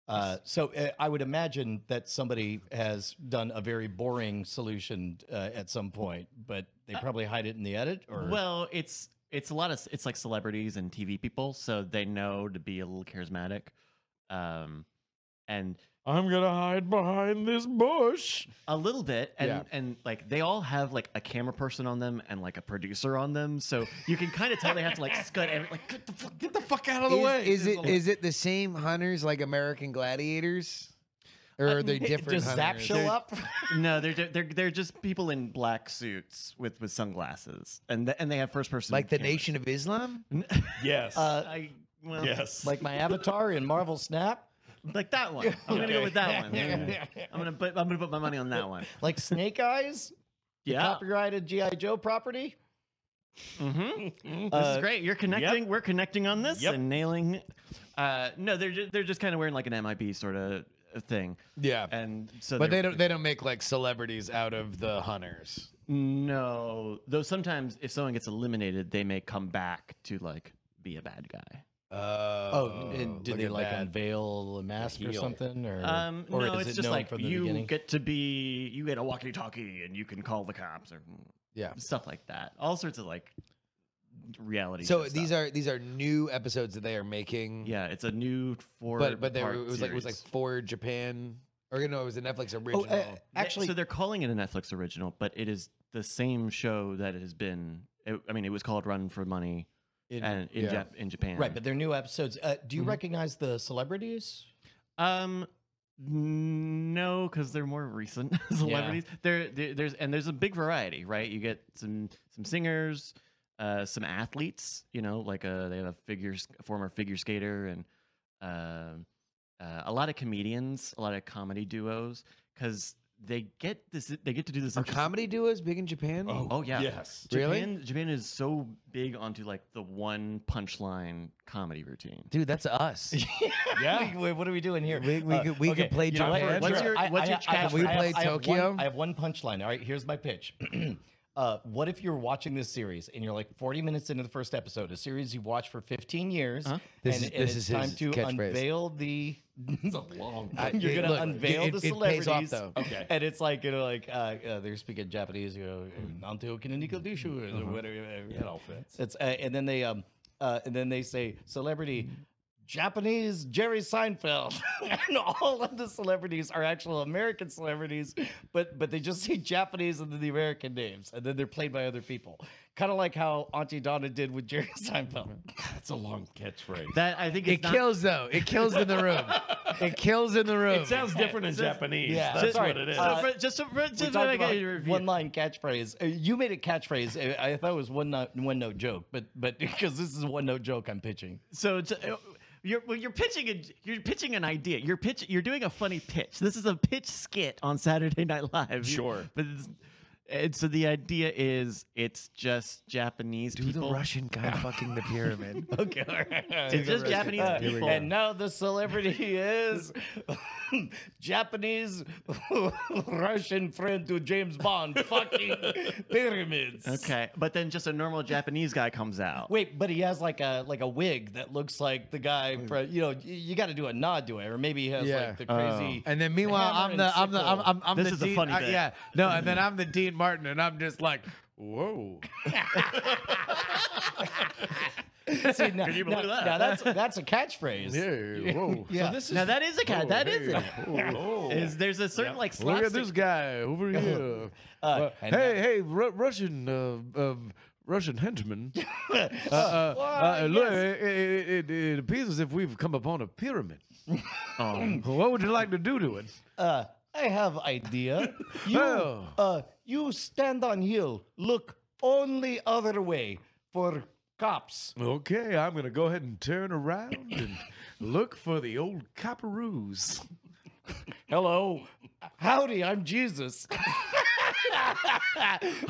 S2: Uh, so uh, I would imagine that somebody has done a very boring solution uh, at some point, but they
S7: Uh,
S2: probably hide it in the edit or
S1: Well, it's it's a lot of it's like celebrities and TV people, so they know to be a little charismatic. Um, and
S7: I'm gonna hide behind this bush.
S1: a little bit and
S7: Yeah.
S1: and like they all have like a camera person on them and like a producer on them so you can kind of tell they have to like scut every, like get the fuck get the fuck out of the
S3: is,
S1: way
S3: is it
S1: Just a
S3: is it the same hunters like American gladiators, or
S6: Uh,
S3: are they different?
S2: Uh, does Zap
S3: hunters?
S2: show up?
S1: little- no they're ju- they're they're just people in black suits with with sunglasses and th- and they have first person
S3: like the
S1: cameras.
S3: Nation of Islam?
S5: Yes.
S2: Uh,
S1: I, well,
S5: yes.
S2: like my avatar in Marvel Snap,
S1: like that one i'm gonna go with that one
S2: Yeah.
S1: i'm gonna put i'm gonna put my money on that one
S2: like Snake Eyes,
S1: yeah
S2: copyrighted GI Joe property.
S3: Mm-hmm.
S1: Mhm. this is
S2: Uh,
S1: great. You're connecting. We're connecting on this
S5: Yep.
S1: and nailing. Uh, no, they're just, they're just kind of wearing like an MIB sort of thing,
S7: Yeah.
S1: and so.
S7: but
S1: they're-
S7: they don't they don't make like celebrities out of the hunters.
S1: No, though sometimes if someone gets eliminated, they may come back to like be a bad guy.
S2: Oh, and
S7: look
S2: did they
S7: at
S2: like
S7: that.
S2: unveil a mask or
S5: heel.
S2: something? Or,
S1: Um,
S2: or
S1: no,
S2: is
S1: it's
S2: it
S1: just
S2: known
S1: like
S2: from the
S1: you
S2: beginning?
S1: get to be you get a walkie-talkie and you can call the cops or
S7: Yeah.
S1: stuff like that. All sorts of like reality.
S3: So
S1: show
S3: these
S1: stuff.
S3: are these are new episodes that they are making.
S1: yeah, it's a new four.
S3: but but they were,
S1: part
S3: it was like it was like
S1: series. eh,
S3: for Japan or no, it was a Netflix
S2: oh,
S3: original.
S2: uh,
S1: Yeah,
S2: actually,
S1: so they're calling it a Netflix original, but it is the same show that it has been. It, I mean, it was called Run for Money in, and in,
S7: yeah.
S1: Jap- in Japan,
S2: right, but they're new episodes. Uh, do you
S1: Mhm.
S2: recognize the celebrities?
S1: um, no, because they're more recent celebrities. There, there, there's and there's a big variety, right? You get some some singers, uh, some athletes. You know, like uh they have a figure sk- a former figure skater and um uh, a lot of comedians, a lot of comedy duos, because they get this. They get to do this.
S3: Are
S1: interesting-
S3: comedy duos big in Japan?
S1: oh yeah.
S5: Yes.
S3: Really?
S1: Japan, Japan is so big onto like the one punchline comedy routine.
S3: Dude, that's us.
S5: Yeah.
S2: Wait, what are we doing here? Uh,
S3: We- we could- we could play
S2: you know what?
S3: Japan.
S1: What's
S2: Sure.
S1: your-
S2: I-
S1: what's
S2: I-
S1: your
S2: I have-
S1: catchphrase?
S3: We
S2: I have-
S3: play
S2: I have one-
S3: Tokyo?
S2: I have one punchline. All right, here's my pitch. uh, what if you're watching this series and you're like 40 minutes into the first episode, a series you've watched for 15 years,
S3: This
S2: and, and
S3: is- this
S2: it's
S3: is
S2: time
S3: his
S2: to
S3: catchphrase.
S2: unveil the. it's a long.
S3: I-
S2: you're
S3: it-
S2: gonna
S3: look,
S2: unveil
S3: it-
S2: the
S3: it pays
S2: celebrities,
S3: off, though.
S5: Okay.
S2: and it's like you know, like uh, uh, they're speaking Japanese, you know, Nanteo Kineniko Dushu, or whatever. uh,
S5: It all fits.
S2: It's uh, and then they um uh, and then they say celebrity Japanese Jerry Seinfeld, and all of the celebrities are actual American celebrities, but but they just say Japanese and then the American names, and then they're played by other people, kind of like how Auntie Donna did with Jerry Seinfeld.
S5: That's a long catchphrase.
S1: That I think
S3: It
S1: it's not,
S3: kills though. It kills in the room. It kills in the room.
S5: it sounds different in Japanese.
S2: yeah.
S5: That's
S2: Sorry.
S5: what it is.
S1: So
S2: Uh,
S1: for- just to- for- just
S2: We
S1: to
S2: talked
S1: make
S2: about
S1: a review.
S2: one line catchphrase. Uh, You made a catchphrase. Uh, I thought it was one note, one note joke, but but because this is a one note joke, I'm pitching.
S1: So to, uh, you're well, you're pitching a, you're pitching an idea. You're pitch you're doing a funny pitch. This is a pitch skit on Saturday Night Live. You-
S5: Sure.
S1: but it's, and so the idea is it's just Japanese
S3: Do
S1: people.
S3: the Russian guy fucking the pyramid?
S2: Okay, all right.
S1: it's just
S3: Russian
S1: Japanese
S3: guy. Here we
S1: people.
S3: go.
S2: And now the celebrity is Japanese Russian friend to James Bond, fucking pyramids.
S1: Okay, but then just a normal Japanese guy comes out.
S2: Wait, but he has like a like a wig that looks like the guy from you know y- you got to do a nod to it, or maybe he has
S3: Yeah. Oh.
S2: like the crazy.
S3: And then meanwhile,
S2: Hammer
S3: I'm the
S2: and
S3: I'm the I'm,
S2: sickle.
S3: I'm, I'm
S1: This
S3: the
S1: is a
S3: Dean-
S1: funny
S3: uh,
S1: bit.
S3: yeah no and then I'm the Dean Martin and I'm just like whoa
S2: See, now,
S1: Could you
S2: now-
S1: believe that?
S2: now that's that's a catchphrase.
S3: yeah whoa
S2: Yeah.
S5: this is
S1: Now that is a cat. That is it.
S5: oh.
S1: Is there's a certain
S5: Yep.
S1: like
S3: look at
S1: slapstick
S3: this guy over here
S2: Uh,
S3: hey
S2: and now-
S3: hey Ru- Russian uh, uh, Russian henchman uh, uh,
S2: Why,
S3: uh, look, it, it, it, it appears as if we've come upon a pyramid Um,
S1: Oh.
S3: what would you like to do to it
S2: uh, I have idea. You,
S3: Oh.
S2: uh, you stand on hill, look only other way for cops.
S3: okay I'm gonna go ahead and turn around and look for the old copperoos
S2: Hello, howdy, I'm Jesus.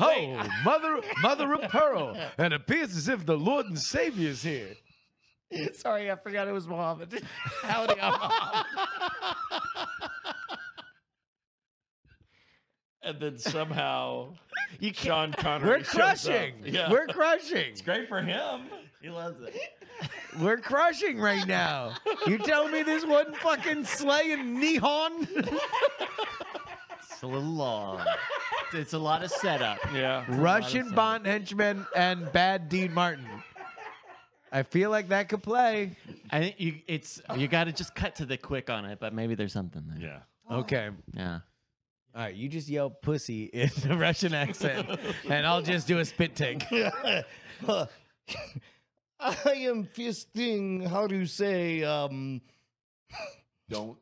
S3: Oh, mother, mother of pearl, and appears as if the Lord and Savior is here.
S2: Sorry, I forgot it was Muhammad. howdy, I'm Muhammad.
S5: and then somehow Sean Connery.
S3: We're
S5: shows up.
S3: crushing.
S5: Yeah.
S3: We're crushing.
S5: it's great for him.
S1: He loves it.
S3: We're crushing right now. You tell me this one fucking slaying Nihon
S1: It's a little long. It's a lot of setup.
S5: Yeah.
S3: Russian Bond henchman and bad Dean Martin. I feel like that could play.
S1: I think you it's you got to just cut to the quick on it, but maybe there's something there.
S5: Yeah.
S3: Okay.
S1: Yeah.
S3: All right, you just yell pussy in a Russian accent, and I'll just do a spit take.
S2: Uh, I am fisting, how do you say, um,
S5: Don't.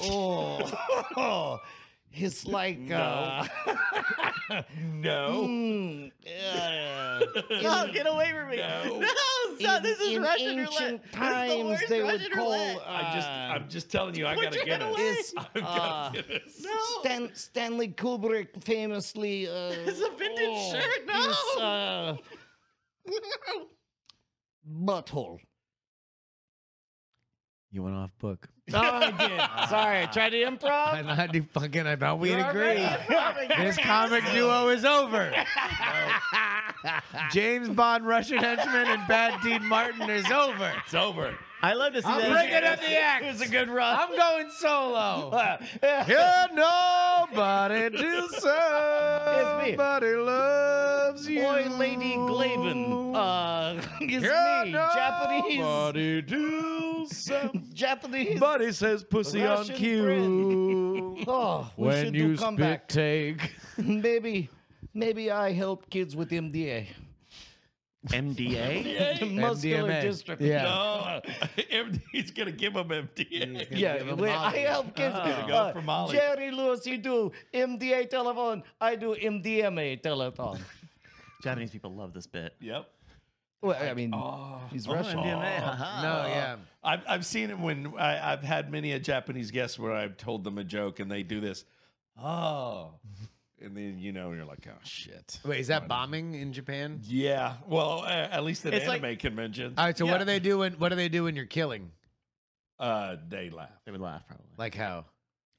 S2: oh, it's like, uh,
S5: No.
S2: mm, uh,
S1: Oh, get away from me!
S5: No.
S1: No, son, this is
S2: in
S1: Russian roulette.
S2: ancient
S1: this is the
S2: times
S1: worst
S2: they
S1: Russian
S2: would call
S1: roulette.
S5: I just.
S2: uh,
S5: I'm just telling you. I
S1: Put
S5: gotta
S1: your
S5: get
S1: head
S5: it.
S1: away.
S2: is,
S5: I've
S2: uh,
S5: gotta get this.
S2: Stan- Stanley Kubrick famously. Uh,
S1: It's a vintage
S2: oh,
S1: shirt. No.
S2: Is, uh, butthole.
S3: You went off book.
S2: Oh, I did. Sorry, I tried to improv.
S3: I know how to fucking. I thought we'd agree.
S1: This
S3: This comic duo is over. James Bond, Russian henchman, and bad Dean Martin is over.
S5: It's over.
S1: I love to see
S3: I'm
S1: that.
S3: breaking up the act.
S2: It was a good run.
S3: I'm going solo.
S2: Yeah.
S3: Yeah, nobody till somebody loves you.
S2: Boy, Lady Glaven. Uh, it's
S3: Yeah,
S2: me,
S3: no,
S2: Japanese.
S3: Nobody till somebody
S2: Japanese.
S3: says pussy
S2: Russian
S3: on cue.
S2: oh, we
S7: when
S2: should
S7: you
S2: do
S7: spit
S2: comeback.
S7: take.
S2: Maybe, maybe I help kids with MDA,
S1: MDA.
S2: muscular
S3: MDMA.
S2: dystrophy.
S3: Yeah.
S5: No. He's gonna give him MDA.
S2: Yeah,
S3: give 'em
S2: wait, I
S3: Molly.
S2: help kids.
S5: Gonna go for Molly.
S2: Jerry Lewis, you do MDA telethon. I do MDMA telethon.
S1: Japanese people love this bit.
S5: Yep.
S2: well, I mean,
S5: Oh,
S2: he's Russian.
S1: MDMA. haha.
S3: Oh, No, yeah.
S5: I've, I've seen it when I, I've had many a Japanese guest where I've told them a joke and they do this, oh, and then you know you're like, oh shit.
S3: Wait, is that bombing in Japan?
S5: Yeah, well, a- at least at
S1: It's like-
S5: anime conventions,
S3: All right, so what
S5: Yeah.
S3: do they do when what do they do when you're killing?
S5: uh, they laugh.
S1: They would laugh probably.
S3: Like how?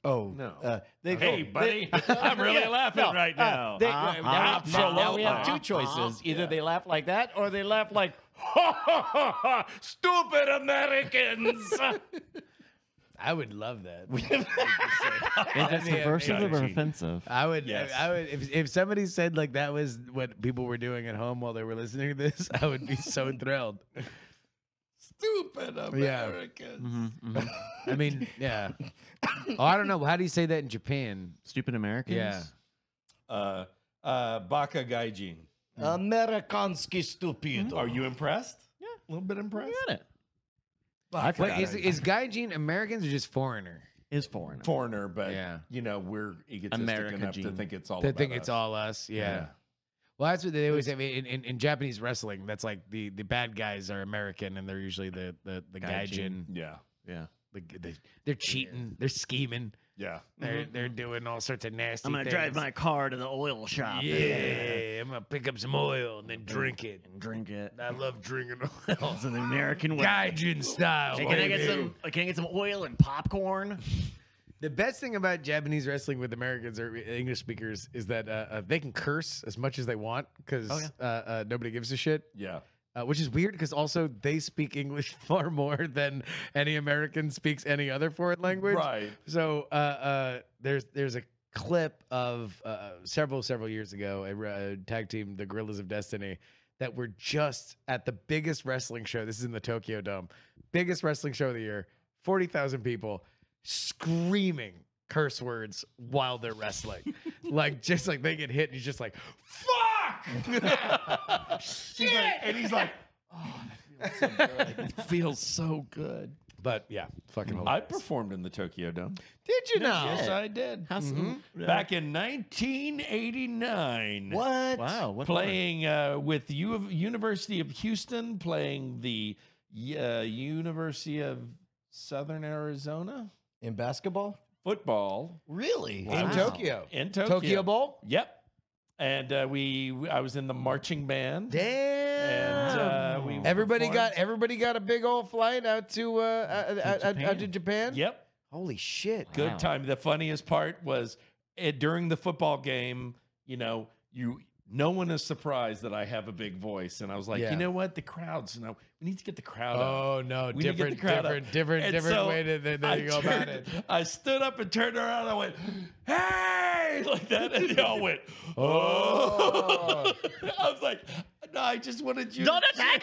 S3: Oh,
S5: No,
S2: Uh, they go-
S5: hey buddy, I'm really
S2: Yeah,
S5: laughing
S2: no,
S5: right
S2: uh,
S5: now. Uh-huh.
S2: they-
S1: Uh,
S2: now, now- now we
S5: absolutely. Uh-huh.
S2: have two choices. Either they laugh like that, or they laugh like
S5: ha, ha, ha, ha, stupid Americans.
S3: I would love that.
S1: Is that
S3: Yeah,
S1: subversive or
S5: yeah.
S1: offensive?
S3: I would,
S5: Yes.
S3: I would, if, if somebody said like that was what people were doing at home while they were listening to this, I would be so thrilled.
S5: stupid Americans.
S1: Mm-hmm.
S3: I mean, yeah. Oh, I don't know. How do you say that in Japan?
S1: Stupid Americans.
S3: Yeah.
S5: Uh, uh, Baka Gaijin.
S2: Amerikanski stupido.
S5: Are you impressed? Yeah, a little bit impressed.
S1: Got it.
S5: I
S3: Wait, is, is Gaijin Americans or just foreigner?
S1: Is foreign.
S5: foreigner, but
S3: Yeah.
S5: you know we're egotistic
S1: America
S5: enough to
S1: gene.
S5: think it's all.
S3: They
S5: about
S3: think it's
S5: us.
S3: all us. Yeah. Well, that's what they always say. I mean, in, in, in Japanese wrestling, that's like the, the bad guys are American and they're usually the, the, the Gaijin.
S1: Gaijin.
S5: Yeah,
S1: Yeah.
S3: The, they, they're cheating. They're scheming.
S5: yeah.
S3: They're, they're doing all sorts of nasty
S1: Mm-hmm. I'm gonna drive
S3: things.
S1: my car to the oil shop.
S3: Yeah, I'm gonna pick up some oil and then drink it.
S1: And drink it.
S3: I love drinking oil.
S1: It's an American way.
S3: Gaijin style.
S1: Hey, can I get
S3: baby.
S1: some? Can I get some oil and popcorn?
S3: The best thing about Japanese wrestling with Americans or English speakers is that uh, uh, they can curse as much as they want because
S1: Oh, yeah.
S3: uh, uh, nobody gives a shit,
S5: Yeah,
S3: uh, which is weird because also they speak English far more than any American speaks any other foreign language.
S5: right.
S3: So uh, uh, there's there's a clip of uh, several several years ago a, uh tag team, the Gorillas of Destiny, that were just at the biggest wrestling show. This is in the Tokyo Dome, biggest wrestling show of the year, forty thousand people screaming curse words while they're wrestling, like just like they get hit and he's just like, "Fuck!"
S5: She's like, and he's like,
S7: Feels so good.
S3: but yeah, fucking.
S5: I
S3: hilarious.
S5: performed in the Tokyo Dome.
S3: Did you know?
S5: Yes, I did. Mm-hmm.
S1: Mhm.
S5: Back in 1989.
S2: What?
S1: Wow. What
S5: Playing uh, with U of University of Houston, playing the uh, University of Southern Arizona
S2: In basketball?
S5: football
S2: Really?
S3: In
S1: Wow.
S3: Tokyo,
S5: in Tokyo.
S3: Tokyo Bowl.
S5: Yep. And uh, we, I was in the marching band.
S3: Damn.
S5: And uh, we
S3: Everybody got
S5: performed.
S3: everybody got a big old flight out to uh, out, out, out- out
S1: Japan.
S3: to Japan.
S5: Yep.
S3: Holy shit!
S5: Good
S1: Wow.
S5: time. The funniest part was eh, during the football game, you know, you no one is surprised that I have a big voice, and I was like,
S7: Yeah.
S5: you know what, the crowds. No, we need to get the crowd. up.
S7: Oh no!
S5: We need to get the
S7: Different,
S5: crowd up.
S7: different, different,
S5: And
S7: different
S5: so
S7: way to
S3: Oh,
S7: than
S5: I
S7: than you go about
S5: turned-
S7: it.
S5: I stood up and turned around. and I went, "Hey!" like that, and they all went, "Oh!" I was like, "No, I just wanted you." Don't attack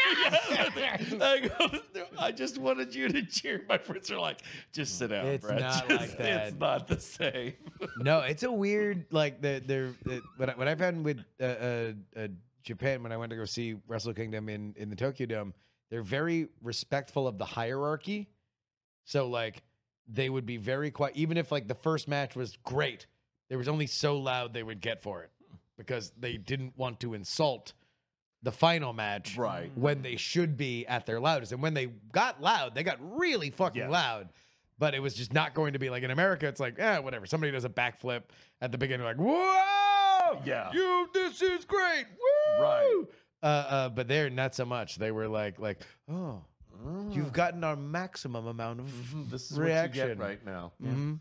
S5: us! I just wanted you to cheer. My friends are like, "Just sit down,
S3: It's
S5: Brett.
S3: not
S5: Just-
S3: like that."
S5: It's not the same."
S3: No, it's a weird like the the, the what, I, what I found with uh, uh, uh, Japan when I went to go see Wrestle Kingdom in in the Tokyo Dome, they're very respectful of the hierarchy. So like they would be very quiet, even if like the first match was great, there was only so loud they would get for it because they didn't want to insult the final match
S5: Right.
S3: when they should be at their loudest. And when they got loud, they got really fucking
S5: Yes.
S3: loud. But it was just not going to be like in America. It's like, eh, whatever. Somebody does a backflip at the beginning, like, whoa,
S5: Yeah.
S3: you, this is great, woo.
S5: Right.
S3: Uh, uh, but there, not so much. They were like, like, oh,
S5: Hmm.
S3: you've gotten our maximum amount of.
S5: Mm-hmm. This
S3: is what you get Reaction.
S5: right now.
S3: Mhm.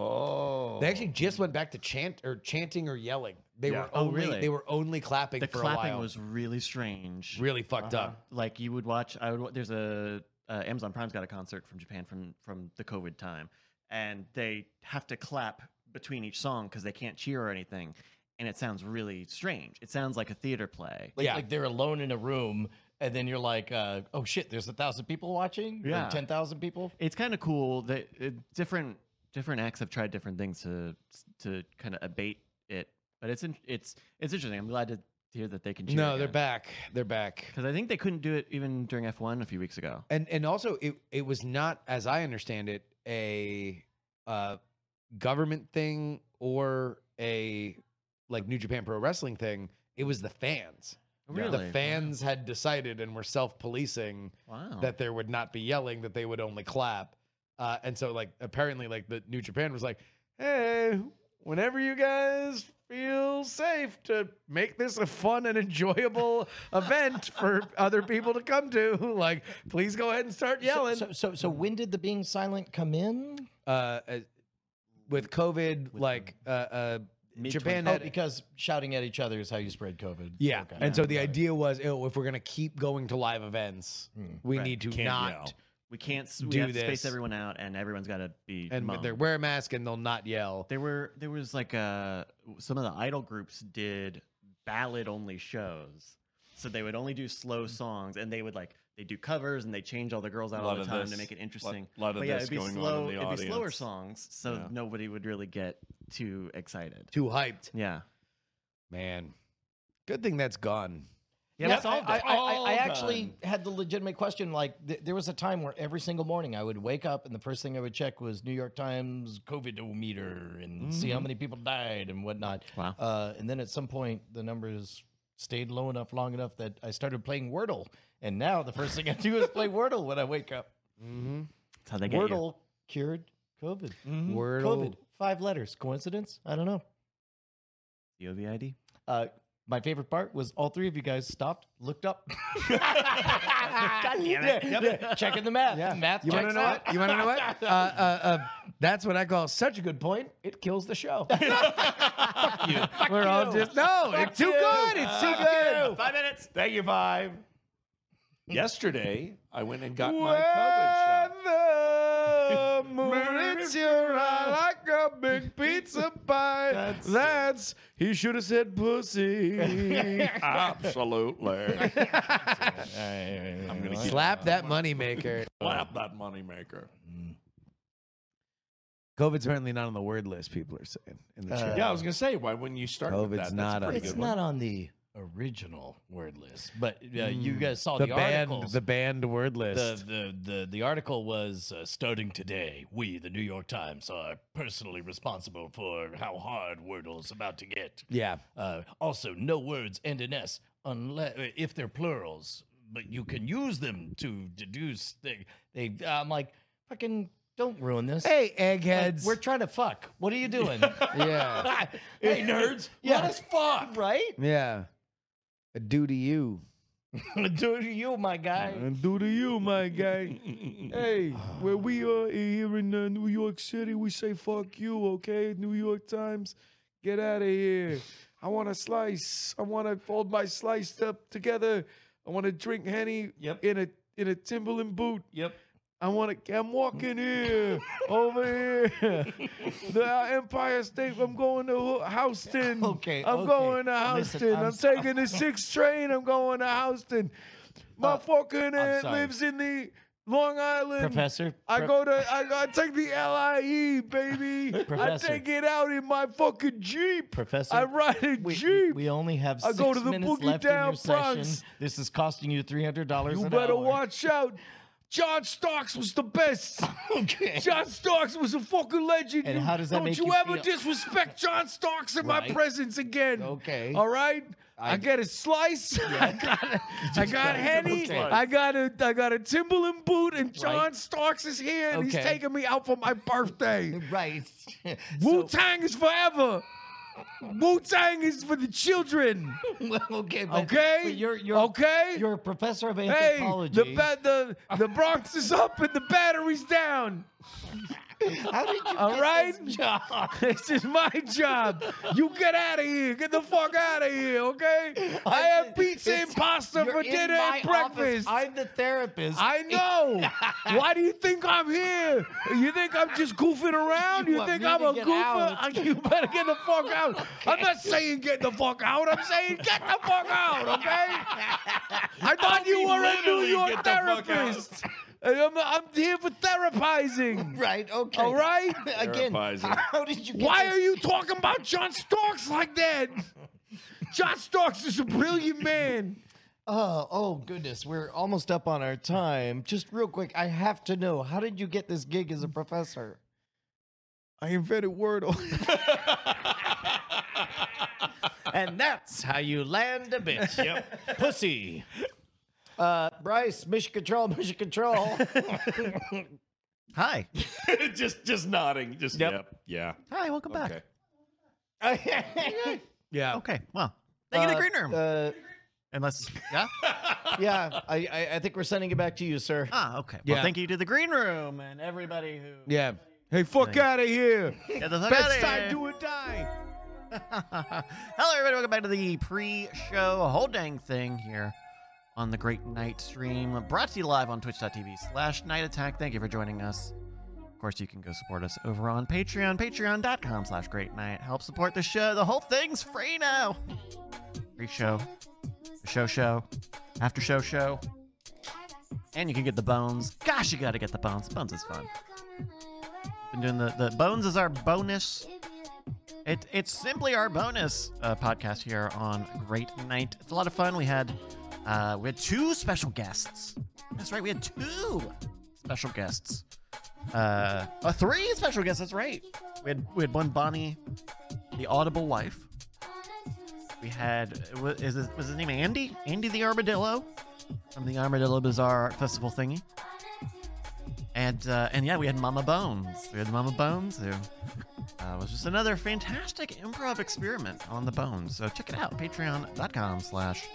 S5: Oh,
S3: They actually just went back to chant or chanting or yelling. They
S5: Yeah.
S3: were
S1: Oh,
S3: only
S1: really?
S3: they were only clapping
S1: The
S3: for a
S1: clapping
S3: while.
S1: was Uh-huh. really strange.
S3: really fucked up.
S1: like you would watch i would wa- there's a uh, amazon prime's got a concert from japan from from the covid time and they have to clap between each song because they can't cheer or anything and it sounds really strange it sounds like a theater play
S2: Like,
S3: Yeah.
S2: like they're alone in a room, and then you're like, uh, oh shit, there's a thousand people watching,
S1: Yeah.
S2: ten thousand people.
S1: it's kind of cool that uh, different different acts have tried different things to to kind of abate it but it's in, it's it's interesting i'm glad to hear that they can cheer
S3: No, they're back. They're back.
S1: because i think they couldn't do it even during f1 a few weeks ago
S3: and and also it it was not as i understand it a uh government thing or a like new japan pro wrestling thing it was the fans
S1: really
S3: the fans had decided and were self-policing
S1: wow
S3: that there would not be yelling that they would only clap uh and so like apparently like the new japan was like hey whenever you guys feel safe to make this a fun and enjoyable event for other people to come to like please go ahead and start yelling
S2: So, so, so when did the being silent come in?
S3: uh, as- with COVID,
S1: With
S3: like uh, uh,
S1: Mid-
S3: Japan
S2: Oh,
S3: had,
S2: because shouting at each other is how you spread COVID.
S3: yeah,
S2: Okay.
S3: and so the
S2: Got it.
S3: idea was, oh, if we're gonna keep going to live events,
S2: Hmm.
S3: we
S1: Right.
S3: need to
S5: Can't
S3: not,
S5: yell.
S1: we can't s- we
S3: do
S1: have to space
S3: this.
S1: everyone out and everyone's got to be
S3: and
S1: mum.
S3: they wear a mask and they'll not yell.
S1: there were there was like uh some of the idol groups did ballad only shows so they would only do
S5: Mm.
S1: slow songs and they would like they do covers and they change all the girls out all
S5: Lot
S1: the
S5: of
S1: time to
S5: this-
S1: make it
S5: lot,
S1: interesting
S5: lot of
S1: but yeah
S5: this
S1: it'd be
S5: going
S1: slow
S5: on in the
S1: it'd
S5: audience.
S1: be slower songs so
S5: Yeah.
S1: nobody would really get too excited
S3: Too hyped,
S1: yeah
S3: man. Good thing that's gone.
S1: yeah,
S2: Yeah,
S1: that's all
S2: I, I,
S1: good.
S2: I- I
S5: All
S2: actually
S5: done.
S2: had the legitimate question. Like, th- there was a time where every single morning I would wake up and the first thing I would check was New York Times COVID meter and see how many people died and whatnot.
S1: Wow.
S2: Uh, and then at some point, the numbers stayed low enough, long enough that I started playing Wordle. And now the first thing I do is play Wordle when I wake up.
S1: that's how they get you.
S2: Wordle cured COVID.
S3: Wordle.
S2: COVID. Mm-hmm. Five letters. Coincidence? I don't know.
S1: COVID.
S2: Uh, my favorite part was all three of you guys stopped, looked up. God damn it. Checking the math.
S3: Yeah.
S2: Math
S3: You want
S2: checks
S3: to know
S2: out.
S3: what? You want to know what? Uh, uh, uh, that's what I call such a good point. It kills the show. We're all just no. it's too
S2: you.
S3: good. It's too good.
S5: Five minutes. Thank you, five. Yesterday, I went and got my COVID shot.
S3: When the moon
S5: Moon
S3: hits
S5: is
S3: your eye like a big pizza pie. That's, he should have said pussy.
S5: Absolutely.
S2: I'm
S5: gonna keep-
S3: Slap that moneymaker.
S5: Slap that moneymaker.
S3: COVID's apparently not on the word list. People are saying in the
S2: Uh,
S3: chat.
S5: Yeah, I was gonna say why wouldn't you start with
S3: COVID's
S5: that?
S3: not
S5: That's a
S3: a-
S5: pretty
S2: It's
S5: good one.
S2: not on the original word list, but uh, you guys saw
S3: the
S2: the,
S3: banned
S2: articles.
S3: the banned word
S2: the,
S3: list.
S2: the the the article was uh, starting today. We, the New York Times, are personally responsible for how hard Wordle's about to get.
S3: yeah,
S2: Uh, also, no words end in s unless uh, if they're plurals, but you can use them to deduce. They, they I'm like, fucking, don't ruin this.
S3: Hey,
S2: Like,
S3: eggheads.
S2: we're trying to fuck. What are you doing?
S3: yeah,
S5: Hey nerds, let
S2: Yeah.
S5: us fuck.
S2: right?
S3: yeah. A do to you.
S2: Do to you, my guy.
S3: And do to you, my guy. Hey, where we are here in uh, New York City, we say fuck you, okay? New York Times. Get out of here. I want a slice. I want to fold my slice up together. I want to drink henny
S2: Yep.
S3: in a in a Timberland boot.
S2: Yep.
S3: I want to. I'm walking here, over here, the uh, Empire State. I'm going to Ho- Houston.
S2: Okay,
S3: I'm
S2: okay.
S3: going to
S2: Listen,
S3: Houston.
S2: I'm
S3: I'm,
S2: so-
S3: taking the sixth train. I'm going to Houston. My
S2: Uh,
S3: fucking
S2: I'm
S3: aunt
S2: sorry.
S3: lives in the Long Island.
S2: Professor.
S3: I
S2: Pro-
S3: go to I, go, I take the LIE, baby. I
S2: Professor.
S3: take it out in my fucking Jeep.
S2: Professor.
S3: I ride a
S2: we,
S3: Jeep.
S2: we only have
S3: I
S2: six
S3: go to the
S2: minutes
S3: Boogie
S2: left in
S3: Down
S2: your session.
S3: Bronx.
S2: This is costing you three hundred dollars.
S3: you
S2: an
S3: better
S2: hour.
S3: watch out. John Starks was the best.
S2: Okay.
S3: John Starks was a fucking legend.
S2: And
S3: You-
S2: how does that
S3: don't
S2: make
S3: you,
S2: you
S3: ever
S2: feel?
S3: disrespect John Starks in
S2: Right.
S3: my presence again?
S2: Okay.
S3: All right. I,
S2: I-
S3: get a slice. I got, I got Henny.
S2: Okay.
S3: I got a, I got a Timberland boot, and John Starks is here, and he's
S2: Okay.
S3: taking me out for my birthday.
S2: Right.
S3: Wu Tang is forever. Wu Tang is for the children.
S2: So- okay. But,
S3: Okay.
S2: But you're you're
S3: okay.
S2: You're a professor of
S3: hey,
S2: anthropology.
S3: the, ba- the the Bronx is up and the battery's down.
S2: How did you
S3: All
S2: get
S3: right.
S2: this job?
S3: This is my job. You get out of here. Get the fuck out of here, okay? I have pizza and
S2: It's-
S3: pasta
S2: you're
S3: for
S2: in
S3: dinner
S2: my
S3: and
S2: office.
S3: breakfast.
S2: I'm the therapist.
S3: I know. Why do you think I'm here? You think I'm just goofing around?
S2: You
S3: You,
S2: want
S3: think
S2: me
S3: I'm
S2: to
S3: a
S2: get
S3: goofer?
S2: out?
S3: You better get the fuck out. I'm not saying get the fuck out. I'm saying get the fuck out, okay? I thought you
S5: mean
S3: were a New
S5: literally
S3: York
S5: get the fuck out.
S3: therapist. And I'm, I'm here for therapizing.
S2: Right. Okay.
S3: All right?
S2: Again.
S5: Therapizing.
S2: How did you? Get
S3: Why
S2: this-
S3: are you talking about John Starks like that? John Starks is a brilliant man.
S2: Oh, oh goodness, we're almost up on our time. Just real quick, I have to know how did you get this gig as a professor?
S8: I invented Wordle.
S1: And that's how you land a bitch. Yep. Pussy.
S2: Uh, Bryce, Mission Control, Mission Control.
S1: Hi.
S5: just just nodding. Just yep. Yeah.
S1: Hi, welcome back.
S5: Okay.
S3: Yeah.
S1: Okay, well, thank you to
S2: Uh,
S1: Green Room.
S2: Uh,
S1: Unless, yeah?
S2: yeah, I, I, I think we're sending it back to you, sir.
S1: Ah, okay. Well,
S3: Yeah.
S1: thank you to the Green Room and everybody who.
S3: Yeah. Hey, fuck out of here.
S1: Get the fuck outta
S3: Best
S1: here.
S3: time do or die.
S1: Hello, everybody. Welcome back to the pre-show whole dang thing here on the Great Night stream, brought to you live on twitch.tv slash night attack. Thank you for joining us. Of course, you can go support us over on Patreon, patreon.com slash great night. Help support the show. The whole thing's free now. Pre-show, the show show, after show show. And you can get the bones. Gosh, you gotta get the bones. Bones is fun. Been doing the, the bones is our bonus it, it's simply our bonus uh, podcast here on Great Night. It's a lot of fun. We had uh, we had two special guests. That's right, we had two special guests. Uh, uh, three special guests. That's right. We had we had one Bonnie, the Audible wife. We had wa- is this, was his name Andy? Andy the Armadillo from the Armadillo Bazaar Festival thingy. And uh, and yeah, we had Mama Bones. We had Mama Bones who uh, was just another fantastic improv experiment on the bones. So check it out, patreon.com slash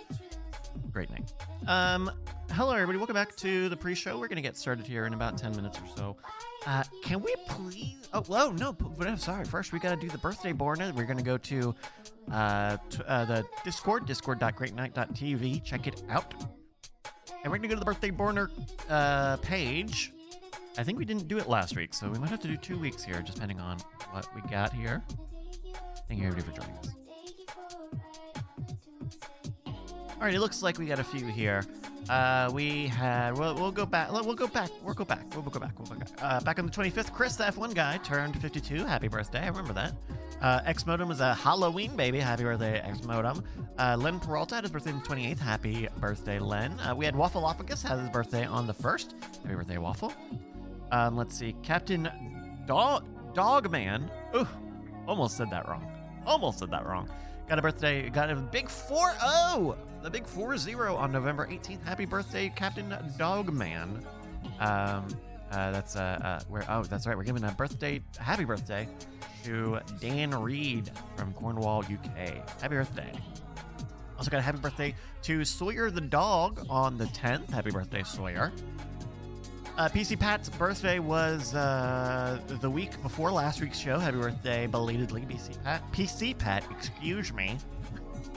S1: great night. Um, hello, everybody. Welcome back to the pre-show. We're going to get started here in about 10 minutes or so. Uh, can we please... Oh, whoa, no, p- but I'm sorry. First, we got to do the birthday born. We're going to go to uh, t- uh, the Discord, discord.greatnight.tv. Check it out. And we're going to go to the birthday borner uh, page. I think we didn't do it last week, so we might have to do two weeks here, just depending on what we got here. Thank you everybody for joining us. All right, it looks like we got a few here. Uh, we had we'll, we'll go back. We'll go back. We'll go back. We'll go back. We'll go back. Uh, back on the 25th, Chris, the F1 guy, turned 52. Happy birthday! I remember that. Uh, X Modem was a Halloween baby. Happy birthday, X Modem. Uh, Len Peralta had his birthday on the 28th. Happy birthday, Len. Uh, we had Waffleophagus had his birthday on the 1st. Happy birthday, Waffle. Um, let's see, Captain Dog Dogman. Ooh, almost said that wrong. Almost said that wrong. Got a birthday. Got a big 4-0. The big 4-0 on November 18th. Happy birthday, Captain Dogman. Um, uh, that's uh, uh, where. Oh, that's right. We're giving a birthday. Happy birthday to Dan Reed from Cornwall, UK. Happy birthday. Also got a happy birthday to Sawyer the dog on the 10th. Happy birthday, Sawyer. Uh, PC Pat's birthday was uh, the week before last week's show. Happy birthday, belatedly, PC Pat. PC Pat, excuse me.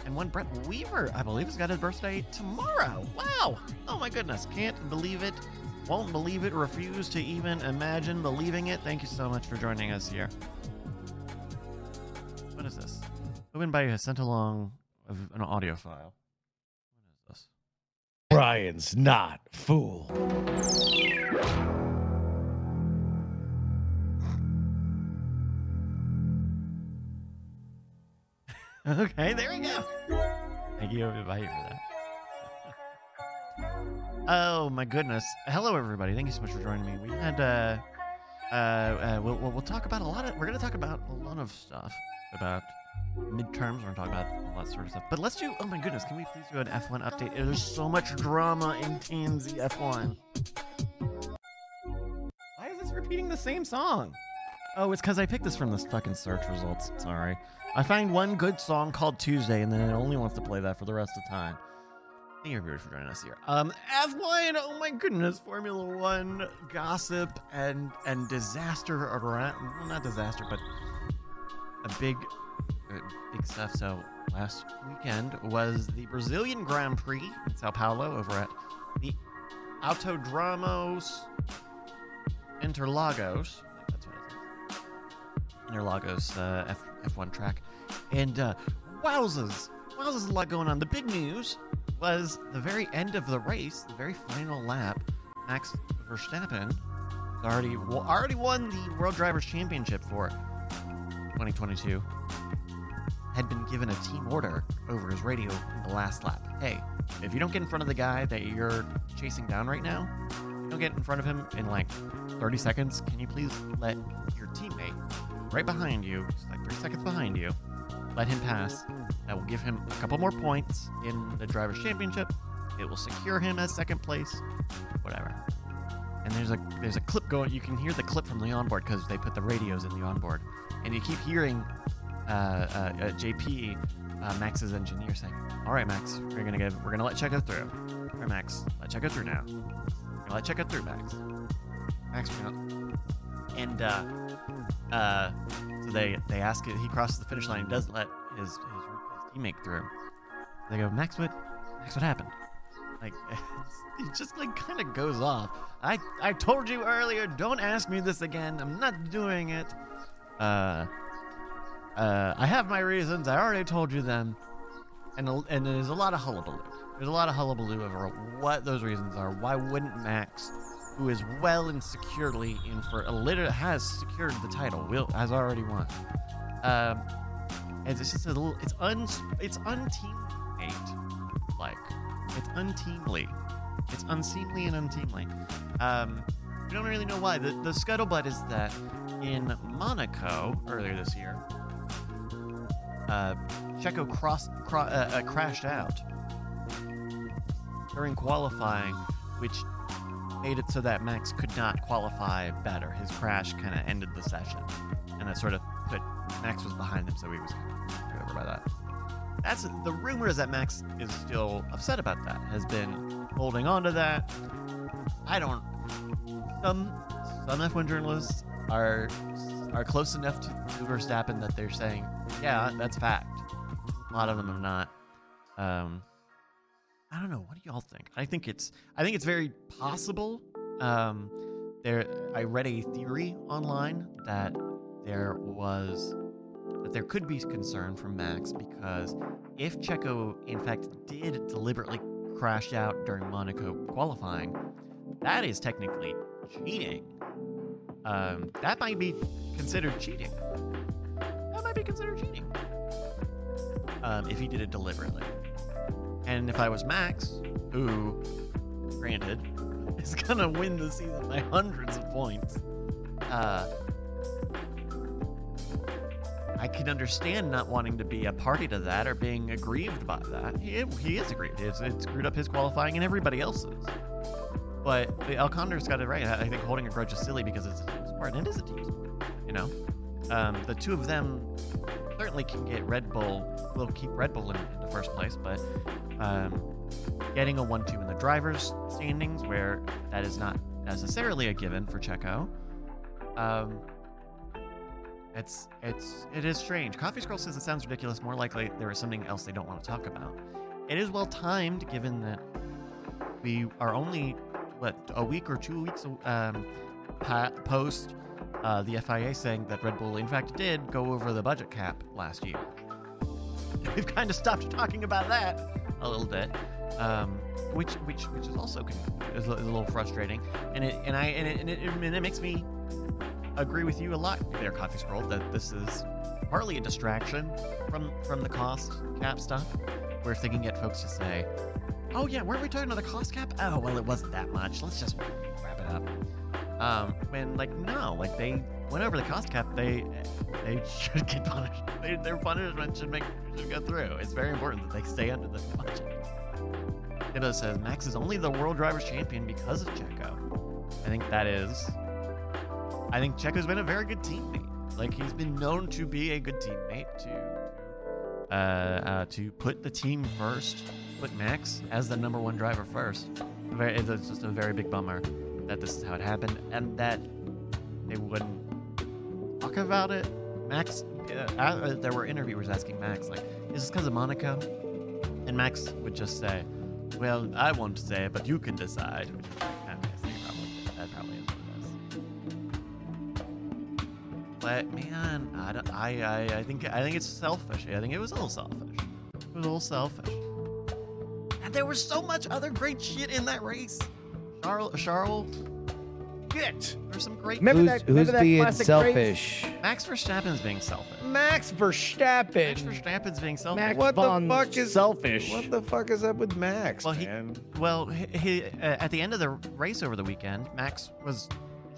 S1: And one Brett Weaver, I believe, has got his birthday tomorrow. Wow. Oh my goodness. Can't believe it. Won't believe it. Refuse to even imagine believing it. Thank you so much for joining us here. What is this? Open Bayou has sent along of an audio file. What is this?
S7: Brian's not fool.
S1: Okay, there we go. Thank you, everybody, for that. Oh my goodness! Hello, everybody. Thank you so much for joining me. We had uh, uh, uh we'll, we'll we'll talk about a lot of. We're gonna talk about a lot of stuff about midterms. We're gonna talk about a lot of sort of stuff. But let's do. Oh my goodness! Can we please do an F1 update? There's so much drama in TMZ F1. Why is this repeating the same song? Oh, it's because I picked this from this fucking search results. Sorry. I find one good song called Tuesday, and then it only wants to play that for the rest of the time. Thank you everybody for joining us here. Um, F1, oh my goodness, Formula One gossip and and disaster around. Well, not disaster, but a big, uh, big stuff. So last weekend was the Brazilian Grand Prix in Sao Paulo over at the Autodromos Interlagos. I think That's what it is. Interlagos uh, F- F1 track. And uh, wowzers, wowzers, a lot going on. The big news was the very end of the race, the very final lap. Max Verstappen already wa- already won the World Drivers' Championship for 2022. Had been given a team order over his radio in the last lap. Hey, if you don't get in front of the guy that you're chasing down right now, if you don't get in front of him in like 30 seconds. Can you please let your teammate right behind you, just like three seconds behind you, let him pass. That will give him a couple more points in the drivers' championship. It will secure him as second place. Whatever. And there's a there's a clip going. You can hear the clip from the onboard because they put the radios in the onboard, and you keep hearing uh, uh, uh, JP, uh, Max's engineer, saying, "All right, Max, we're gonna give we're gonna let Checo through. All right, Max, let Checo through now. We're gonna let Checo through, Max. Max, we're gonna and uh, uh, so they they ask it. He crosses the finish line. He doesn't let his his, his teammate through. They go, Max, what, Max, what happened? Like it just like kind of goes off. I I told you earlier, don't ask me this again. I'm not doing it. Uh, uh, I have my reasons. I already told you them. And a- and there's a lot of hullabaloo. There's a lot of hullabaloo over what those reasons are. Why wouldn't Max, who is well and securely in for a liter has secured the title, will has already won. Um, and it's just a little. It's un. It's unteammate. Like it's unteamly. It's unseemly and unteamly. Um, we don't really know why. The, the scuttlebutt is that in Monaco earlier this year, uh, Checo cross, cro- uh, uh, crashed out during qualifying, which made it so that Max could not qualify better. His crash kind of ended the session, and that sort of put Max was behind him, so he was kind of screwed over by that. That's the rumor is that Max is still upset about that, has been holding on to that. I don't. Some some F1 journalists are are close enough to, to Verstappen that they're saying, yeah, that's fact. A lot of them have not. Um, I don't know. What do y'all think? I think it's I think it's very possible. Um, there, I read a theory online that there was that there could be concern from Max because if Checo in fact did deliberately crash out during Monaco qualifying, that is technically cheating. Um, that might be considered cheating. That might be considered cheating um, if he did it deliberately. And if I was Max, who, granted, is gonna win the season by hundreds of points, uh, I can understand not wanting to be a party to that or being aggrieved by that. He, he is aggrieved. It's, it screwed up his qualifying and everybody else's. But the Alconder's got it right. I I think holding a grudge is silly because it's a team sport, and it is a team sport. You know, um, the two of them certainly can get Red Bull. Will keep Red Bull in, in the first place, but um, getting a one-two in the drivers' standings, where that is not necessarily a given for Checo. Um, it's it's it is strange. Coffee Scroll says it sounds ridiculous. More likely, there is something else they don't want to talk about. It is well timed, given that we are only what a week or two weeks um, pa- post uh, the FIA saying that Red Bull, in fact, did go over the budget cap last year. We've kind of stopped talking about that a little bit, um, which which which is also con- is, a- is a little frustrating, and it and I and it, and it, and it makes me agree with you a lot there, Coffee Scroll, that this is partly a distraction from from the cost cap stuff, where if they can get folks to say, "Oh yeah, weren't we talking about the cost cap? Oh well, it wasn't that much. Let's just wrap it up." Um, and like no, like they went over the cost cap. They they should get punished. They, their punishment should make should go through. It's very important that they stay under the budget. Dibbo says Max is only the world drivers champion because of Checo. I think that is I think Checo's been a very good teammate. Like he's been known to be a good teammate to uh, uh, to put the team first, put Max as the number one driver first. Very, it's just a very big bummer that this is how it happened, and that they wouldn't talk about it. Max, uh, uh, there were interviewers asking Max, like, "Is this because of Monaco?" And Max would just say, "Well, I won't say, but you can decide." Which is kind of messy, probably. That probably is what it is. But man, I, don't- I, I, I think I think it's selfish. I think it was a little selfish. It was a little selfish. And there was so much other great shit in that race. Charles, Charles,
S2: Shit.
S1: there's some great.
S2: Remember
S3: Who's,
S2: that, remember
S3: who's
S2: that
S3: being
S2: classic race?
S3: selfish?
S1: Max Verstappen's being selfish. Max
S2: Max Verstappen.
S1: Verstappen's being selfish.
S2: Max
S3: What the
S2: von
S3: fuck is-
S2: selfish?
S3: What the fuck is up with Max,
S1: Well, he-
S3: man?
S1: Well, he, he, uh, at the end of the race over the weekend, Max was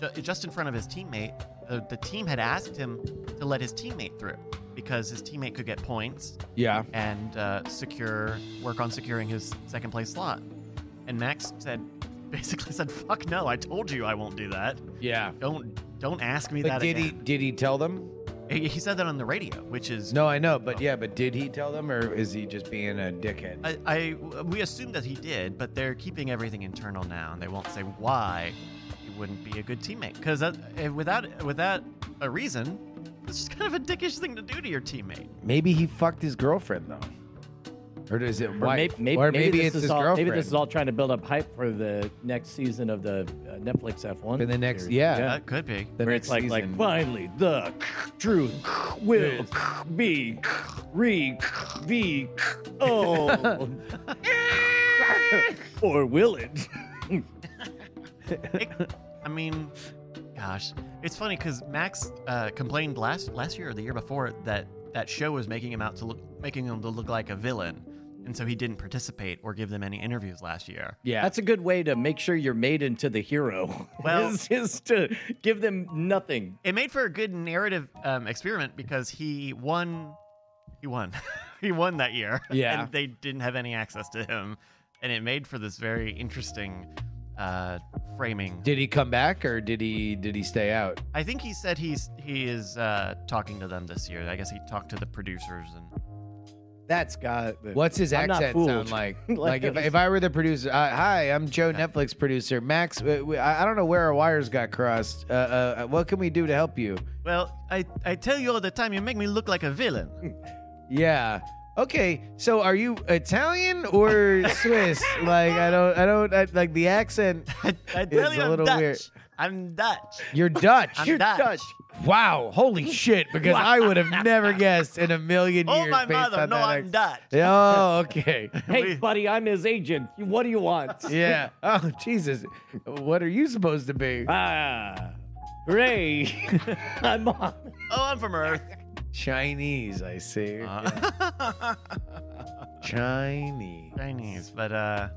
S1: ju- just in front of his teammate. Uh, the team had asked him to let his teammate through because his teammate could get points
S3: yeah.
S1: and uh, secure work on securing his second place slot. And Max said, basically said, "Fuck no! I told you I won't do that.
S3: Yeah.
S1: Don't don't ask me
S3: But
S1: that
S3: did he
S1: again."
S3: did he tell them?
S1: He, he said that on the radio, which is
S3: No, I know, but yeah, but did he tell them or is he just being a dickhead?
S1: I, I we assume that he did, but they're keeping everything internal now, and they won't say why he wouldn't be a good teammate. Because without without a reason, it's just kind of a dickish thing to do to your teammate.
S3: Maybe he fucked his girlfriend though. Or is it
S9: Or
S3: wife?
S9: may- may-
S3: or maybe,
S9: this
S3: it's
S9: is
S3: his
S9: all,
S3: girlfriend.
S9: Maybe this is all trying to build up hype for the next season of the uh, Netflix F1.
S3: In the next-
S9: series.
S3: yeah.
S1: That could be.
S3: the
S9: Where it's
S3: next
S9: like, like
S3: season.
S9: finally the truth will be re be oh or will it?
S1: I mean, gosh, it's funny because Max uh, complained last last year or the year before that that show was making him out to look making him to look like a villain, and so he didn't participate or give them any interviews last year.
S3: yeah.
S9: That's a good way to make sure you're made into the hero.
S1: Well-
S9: is, is to give them nothing.
S1: it made for a good narrative um, experiment because he won he won he won that year
S3: Yeah.
S1: and they didn't have any access to him and it made for this very interesting uh, framing
S3: did he come back or did he did he stay out?
S1: i think he said he's he is uh, talking to them this year i guess he talked to the producers and
S9: That's got
S3: What's his
S9: I'm not
S3: accent
S9: fooled.
S3: sound like?
S9: Like,
S3: like if,
S9: it was-
S3: if I were the producer, uh, hi, I'm Joe Netflix producer Max. w- w- I I don't know where our wires got crossed. Uh, uh, what can we do to help you?
S1: well i i tell you all the time you make me look like a villain
S3: Yeah. Okay. So are you Italian or Swiss? like I don't, I don't I, like the accent.
S1: i, I
S3: It's
S1: tell you
S3: a
S1: i'm
S3: little
S1: dutch
S3: weird.
S1: i'm dutch
S3: You're Dutch.
S1: i'm
S3: You're-
S1: dutch,
S3: wow. Holy shit! Because I would have never guessed in a million
S1: oh
S3: years.
S1: my
S3: based
S1: mother
S3: on
S1: no
S3: that
S1: i'm
S3: accent.
S1: dutch
S3: Oh, okay.
S9: hey
S1: we-
S9: buddy, I'm his agent. What do you want?
S3: Yeah. Oh Jesus. What are you supposed to be?
S9: ah Hooray! I'm on.
S1: oh i'm from earth
S3: Chinese, I see.
S1: Uh.
S3: Chinese.
S1: Chinese, but uh,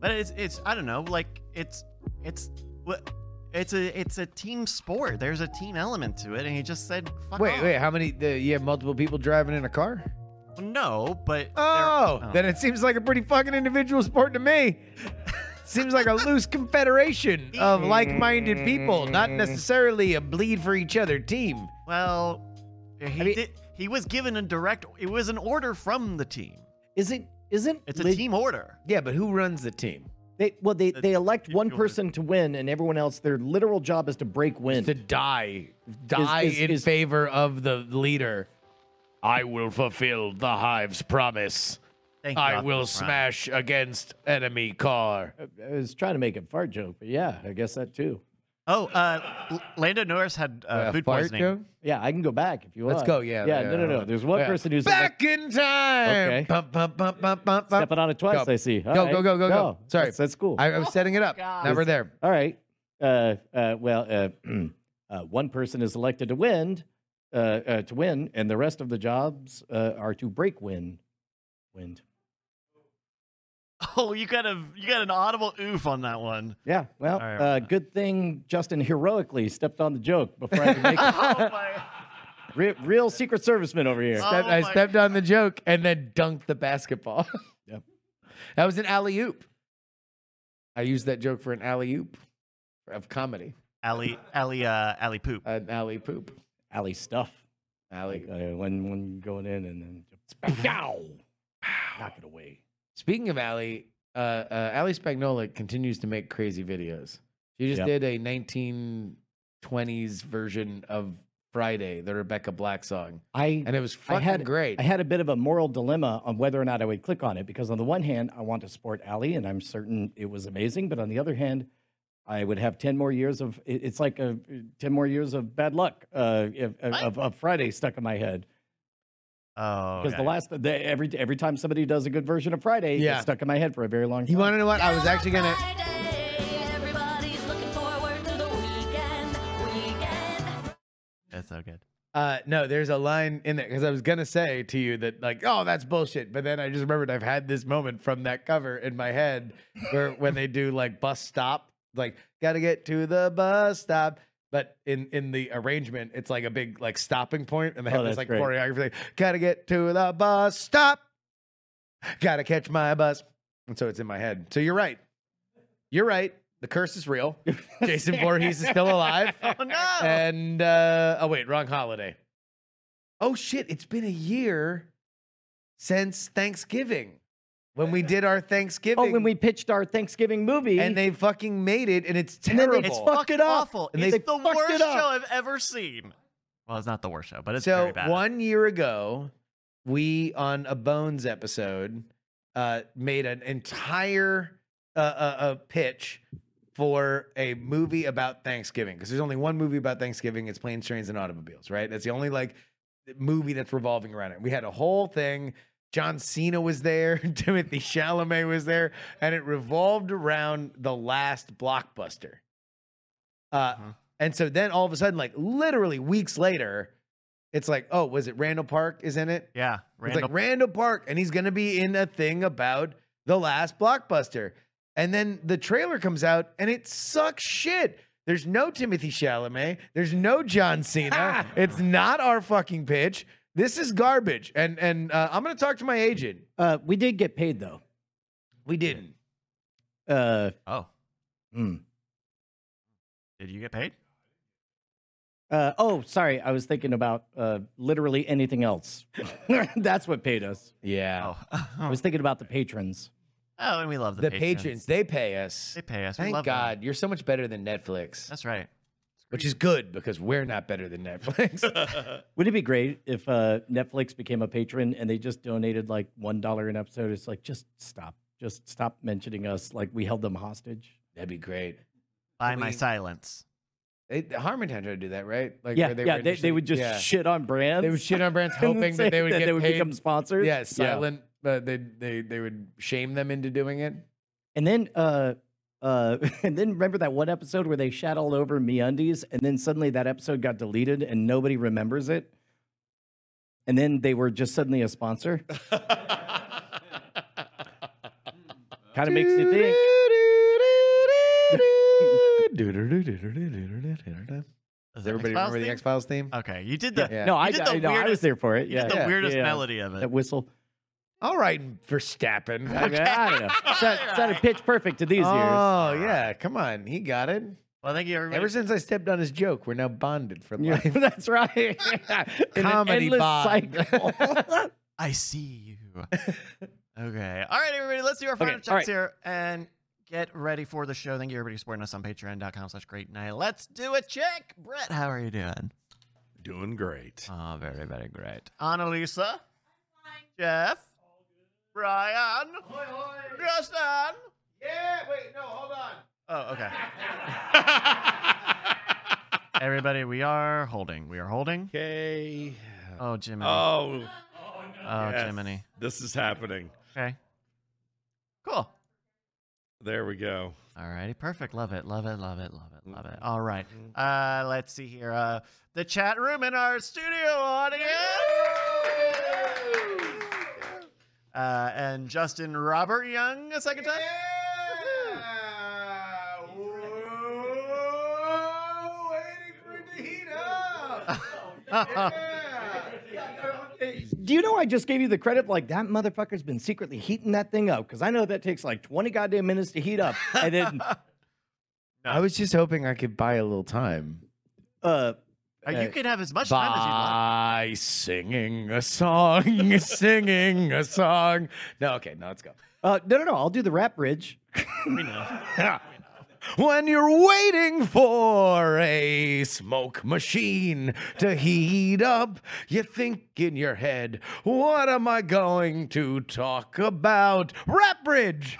S1: but it's it's I don't know, like it's it's what it's a it's a team sport. There's a team element to it, and he just said, Fuck
S3: Wait,
S1: off."
S3: wait. How many? The, you have multiple people driving in a car?
S1: no, but there-
S3: Oh,
S1: oh.
S3: then it seems like a pretty fucking individual sport to me. seems like a loose confederation of like-minded people, not necessarily a bleed for each other team.
S1: well, he did, he was given a direct. It was an order from the team.
S9: Isn't isn't
S1: It's a
S9: leg-
S1: team order.
S3: Yeah, but who runs the team?
S9: They well, they, they elect
S1: you-
S9: one
S1: you wanna-
S9: person to win, and everyone else their literal job is to break wind.
S3: to die, die
S9: is-
S3: in
S9: is-
S3: favor of the leader. I will fulfill the hive's promise.
S1: Thank
S3: I
S1: God for
S3: will
S1: the prime.
S3: smash against enemy car.
S9: I was trying to make a fart joke, but yeah, I guess that too.
S1: Oh, uh, L- Lando Norris had uh, food
S2: fart
S1: poisoning.
S2: joke?
S9: Yeah, I can go back if you want.
S3: Let's go, yeah,
S9: Yeah.
S3: yeah,
S9: No. No. No.
S3: yeah.
S9: There's one
S3: Yeah.
S9: person who's elect-
S3: Back in time.
S9: Okay.
S3: Bum, bum, bum, bum, bum, bum.
S9: stepping on it twice.
S3: Go.
S9: I see. All
S3: go,
S9: right.
S3: go, go, go,
S9: No,
S3: go. Sorry.
S9: that's, that's cool.
S3: I, I was setting it up.
S1: Oh
S3: Now we're there.
S9: All right. Uh, uh, well, uh, uh, one person is elected to win, uh, uh, to win, and the rest of the jobs uh, are to break win, wind.
S1: Oh, you got a you got an audible oof on that one.
S9: Yeah. Well,
S1: right.
S9: uh, good thing Justin heroically stepped on the joke before I could make it.
S1: Oh my!
S9: Re- real Secret Serviceman over here.
S1: Oh
S3: Step- I
S1: my-
S3: stepped on the joke and then dunked the basketball.
S9: Yep.
S3: That was an alley oop. I used that joke for an alley oop of comedy.
S1: Alley, alley, uh, alley poop.
S3: An alley poop.
S9: Alley stuff.
S3: Alley.
S9: Like uh, when when going in and then just pow, knock it away.
S3: Speaking of Allie, uh, uh, Allie Spagnola continues to make crazy videos. She just
S9: Yep.
S3: did a 1920s version of Friday, the Rebecca Black song,
S9: I
S3: and it was
S9: I
S3: fucking
S9: had
S3: great.
S9: I had a bit of a moral dilemma on whether or not I would click on it because on the one hand I want to support Ali and I'm certain it was amazing, but on the other hand, I would have ten more years of it- it's like a ten more years of bad luck uh, if- of, of Friday stuck in my head
S1: Oh,
S9: because the
S1: okay.
S9: last the, every every time somebody does a good version of Friday,
S3: Yeah.
S9: it's stuck in my head for a very long time.
S2: You want to know what? I was actually gonna.
S10: Friday, everybody's looking forward to the weekend. Weekend.
S1: that's so good.
S3: Uh, no, there's a line in there because I was gonna say to you that like, oh, that's bullshit. But then I just remembered I've had this moment from that cover in my head where when they do like bus stop, like gotta get to the bus stop. But in in the arrangement, it's like a big like stopping point, and they have
S9: Oh,
S3: this like
S9: that's great.
S3: choreography like, gotta get to the bus stop, gotta catch my bus, and so it's in my head. So you're right, you're right. The curse is real. Jason Voorhees is still alive.
S1: Oh no!
S3: And uh, oh wait, wrong holiday. Oh shit, it's been a year since Thanksgiving when we did our Thanksgiving.
S9: Oh, when we pitched our Thanksgiving movie,
S3: and they fucking made it, and it's
S9: then
S3: terrible.
S9: they
S1: it's
S9: fucked
S1: fucking
S9: it up.
S1: awful.
S3: And
S1: it's
S3: they
S1: the
S9: fucked it
S1: worst show
S9: up.
S1: I've ever seen. Well, it's not the worst show, but it's
S3: so
S1: very bad.
S3: one year ago, we on a Bones episode uh, made an entire uh, uh, uh, pitch for a movie about Thanksgiving because there's only one movie about Thanksgiving. It's Planes, Trains, and Automobiles, right? That's the only like movie that's revolving around it. We had a whole thing. John Cena was there, Timothy Chalamet was there, and it revolved around the last blockbuster. Uh,
S1: Mhm.
S3: And so then all of a sudden, like literally weeks later, it's like, oh, was it Randall Park is in it?
S1: yeah,
S3: It's
S1: Randall.
S3: like Randall Park, and he's gonna be in a thing about the last blockbuster. And then the trailer comes out, and it sucks shit. There's no Timothy Chalamet. There's no John Cena. it's not our fucking pitch. This is garbage. And and uh, I'm gonna talk to my agent.
S9: uh, we did get paid though.
S3: We didn't.
S9: Uh,
S1: oh,
S9: hmm.
S1: did you get paid?
S9: Uh, oh, sorry. I was thinking about uh, literally anything else. That's what paid us.
S3: Yeah.
S1: Oh,
S9: I
S1: oh,
S9: was thinking about the patrons.
S1: and we love the,
S3: the patrons. they pay us.
S1: They pay us. We
S3: Thank
S1: love them.
S3: God, you're so much better than Netflix,
S1: That's right.
S3: which is good because we're not better than Netflix.
S9: Would it be great if uh, Netflix became a patron and they just donated like one dollar an episode? It's like just stop, just stop mentioning us. Like we held them hostage.
S3: That'd be great.
S1: By
S3: Can
S1: my
S3: we-
S1: silence.
S3: They, Harmontown tried to do that, right? Like,
S9: yeah,
S3: where
S9: yeah.
S3: were
S9: They, they
S3: interested-
S9: would just
S3: yeah.
S9: shit on brands.
S3: They would shit on brands,
S9: and then
S3: hoping
S9: say
S3: that they would get
S9: they would
S3: paid.
S9: become sponsors.
S3: yeah, silent. Uh, they they they would shame them into doing it.
S9: And then, uh, uh, and then remember that one episode where they shat all over MeUndies, and then suddenly that episode got deleted, and nobody remembers it. And then they were just suddenly a sponsor. kind of makes you think.
S1: Is
S3: Does everybody remember the X Files theme?
S1: Okay, you did the
S3: Yeah.
S9: No,
S1: You
S9: I,
S1: did
S9: I,
S1: the
S9: no, I was
S1: weirdest-
S9: there for it.
S1: you
S9: Yeah,
S1: did the
S9: yeah,
S1: weirdest
S9: yeah.
S1: melody of
S9: That
S1: it.
S9: whistle.
S3: All right, Verstappen.
S9: I, mean, I don't know. It's not, it's not a pitch perfect to these ears.
S3: Oh yeah, come on, he got it.
S1: Well, thank you everybody.
S3: Ever since I stepped on his joke, we're now bonded for
S9: Yeah,
S3: life.
S9: that's right. In an
S3: Comedy
S9: endless
S3: bond.
S9: cycle.
S1: I see you. okay. All right, everybody. Let's do our final
S9: all
S1: checks
S9: right.
S1: here and Get ready for the show. Thank you everybody for supporting us on patreon.com slash great night. Let's do a check. Brett, how are you doing?
S5: Doing great.
S1: Oh, very, very great. Annalisa. Jeff. Brian. Justin.
S2: Yeah, wait, no, hold on.
S1: Oh, okay. Everybody, we are holding. We are holding.
S5: Okay.
S1: Oh, Jiminy. Oh,
S5: Oh, yes.
S1: Jiminy.
S5: this is happening.
S1: Okay. Cool.
S5: There we go.
S1: Alrighty, perfect. Love it, love it, love it, love it, love it. All right. Uh, let's see here. Uh, the chat room in our studio audience. Uh, and Justin Robert Young a second time.
S9: Do you know I just gave you the credit? Like that motherfucker's been secretly heating that thing up because I know that takes like 20 goddamn minutes to heat up. And then,
S11: I was just hoping I could buy a little time.
S9: uh,
S1: Uh, you could have as much time as you want.
S3: By singing a song, singing a song. No, okay, no, let's go.
S9: uh, no, no, no, I'll do the rap bridge.
S3: When you're waiting for a smoke machine to heat up, you think in your head, what am I going to talk about? Rap Bridge!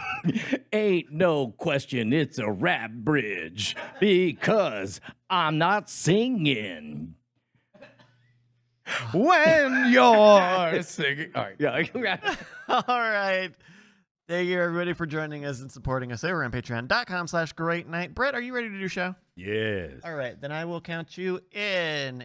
S9: Ain't no question, it's a rap bridge because I'm not singing.
S3: When you're singing. All right.
S9: Yeah,
S1: All right. Thank you everybody for joining us and supporting us over on patreon.com slash great night. Brett, are you ready to do show?
S5: Yes.
S1: All right, then I will count you in.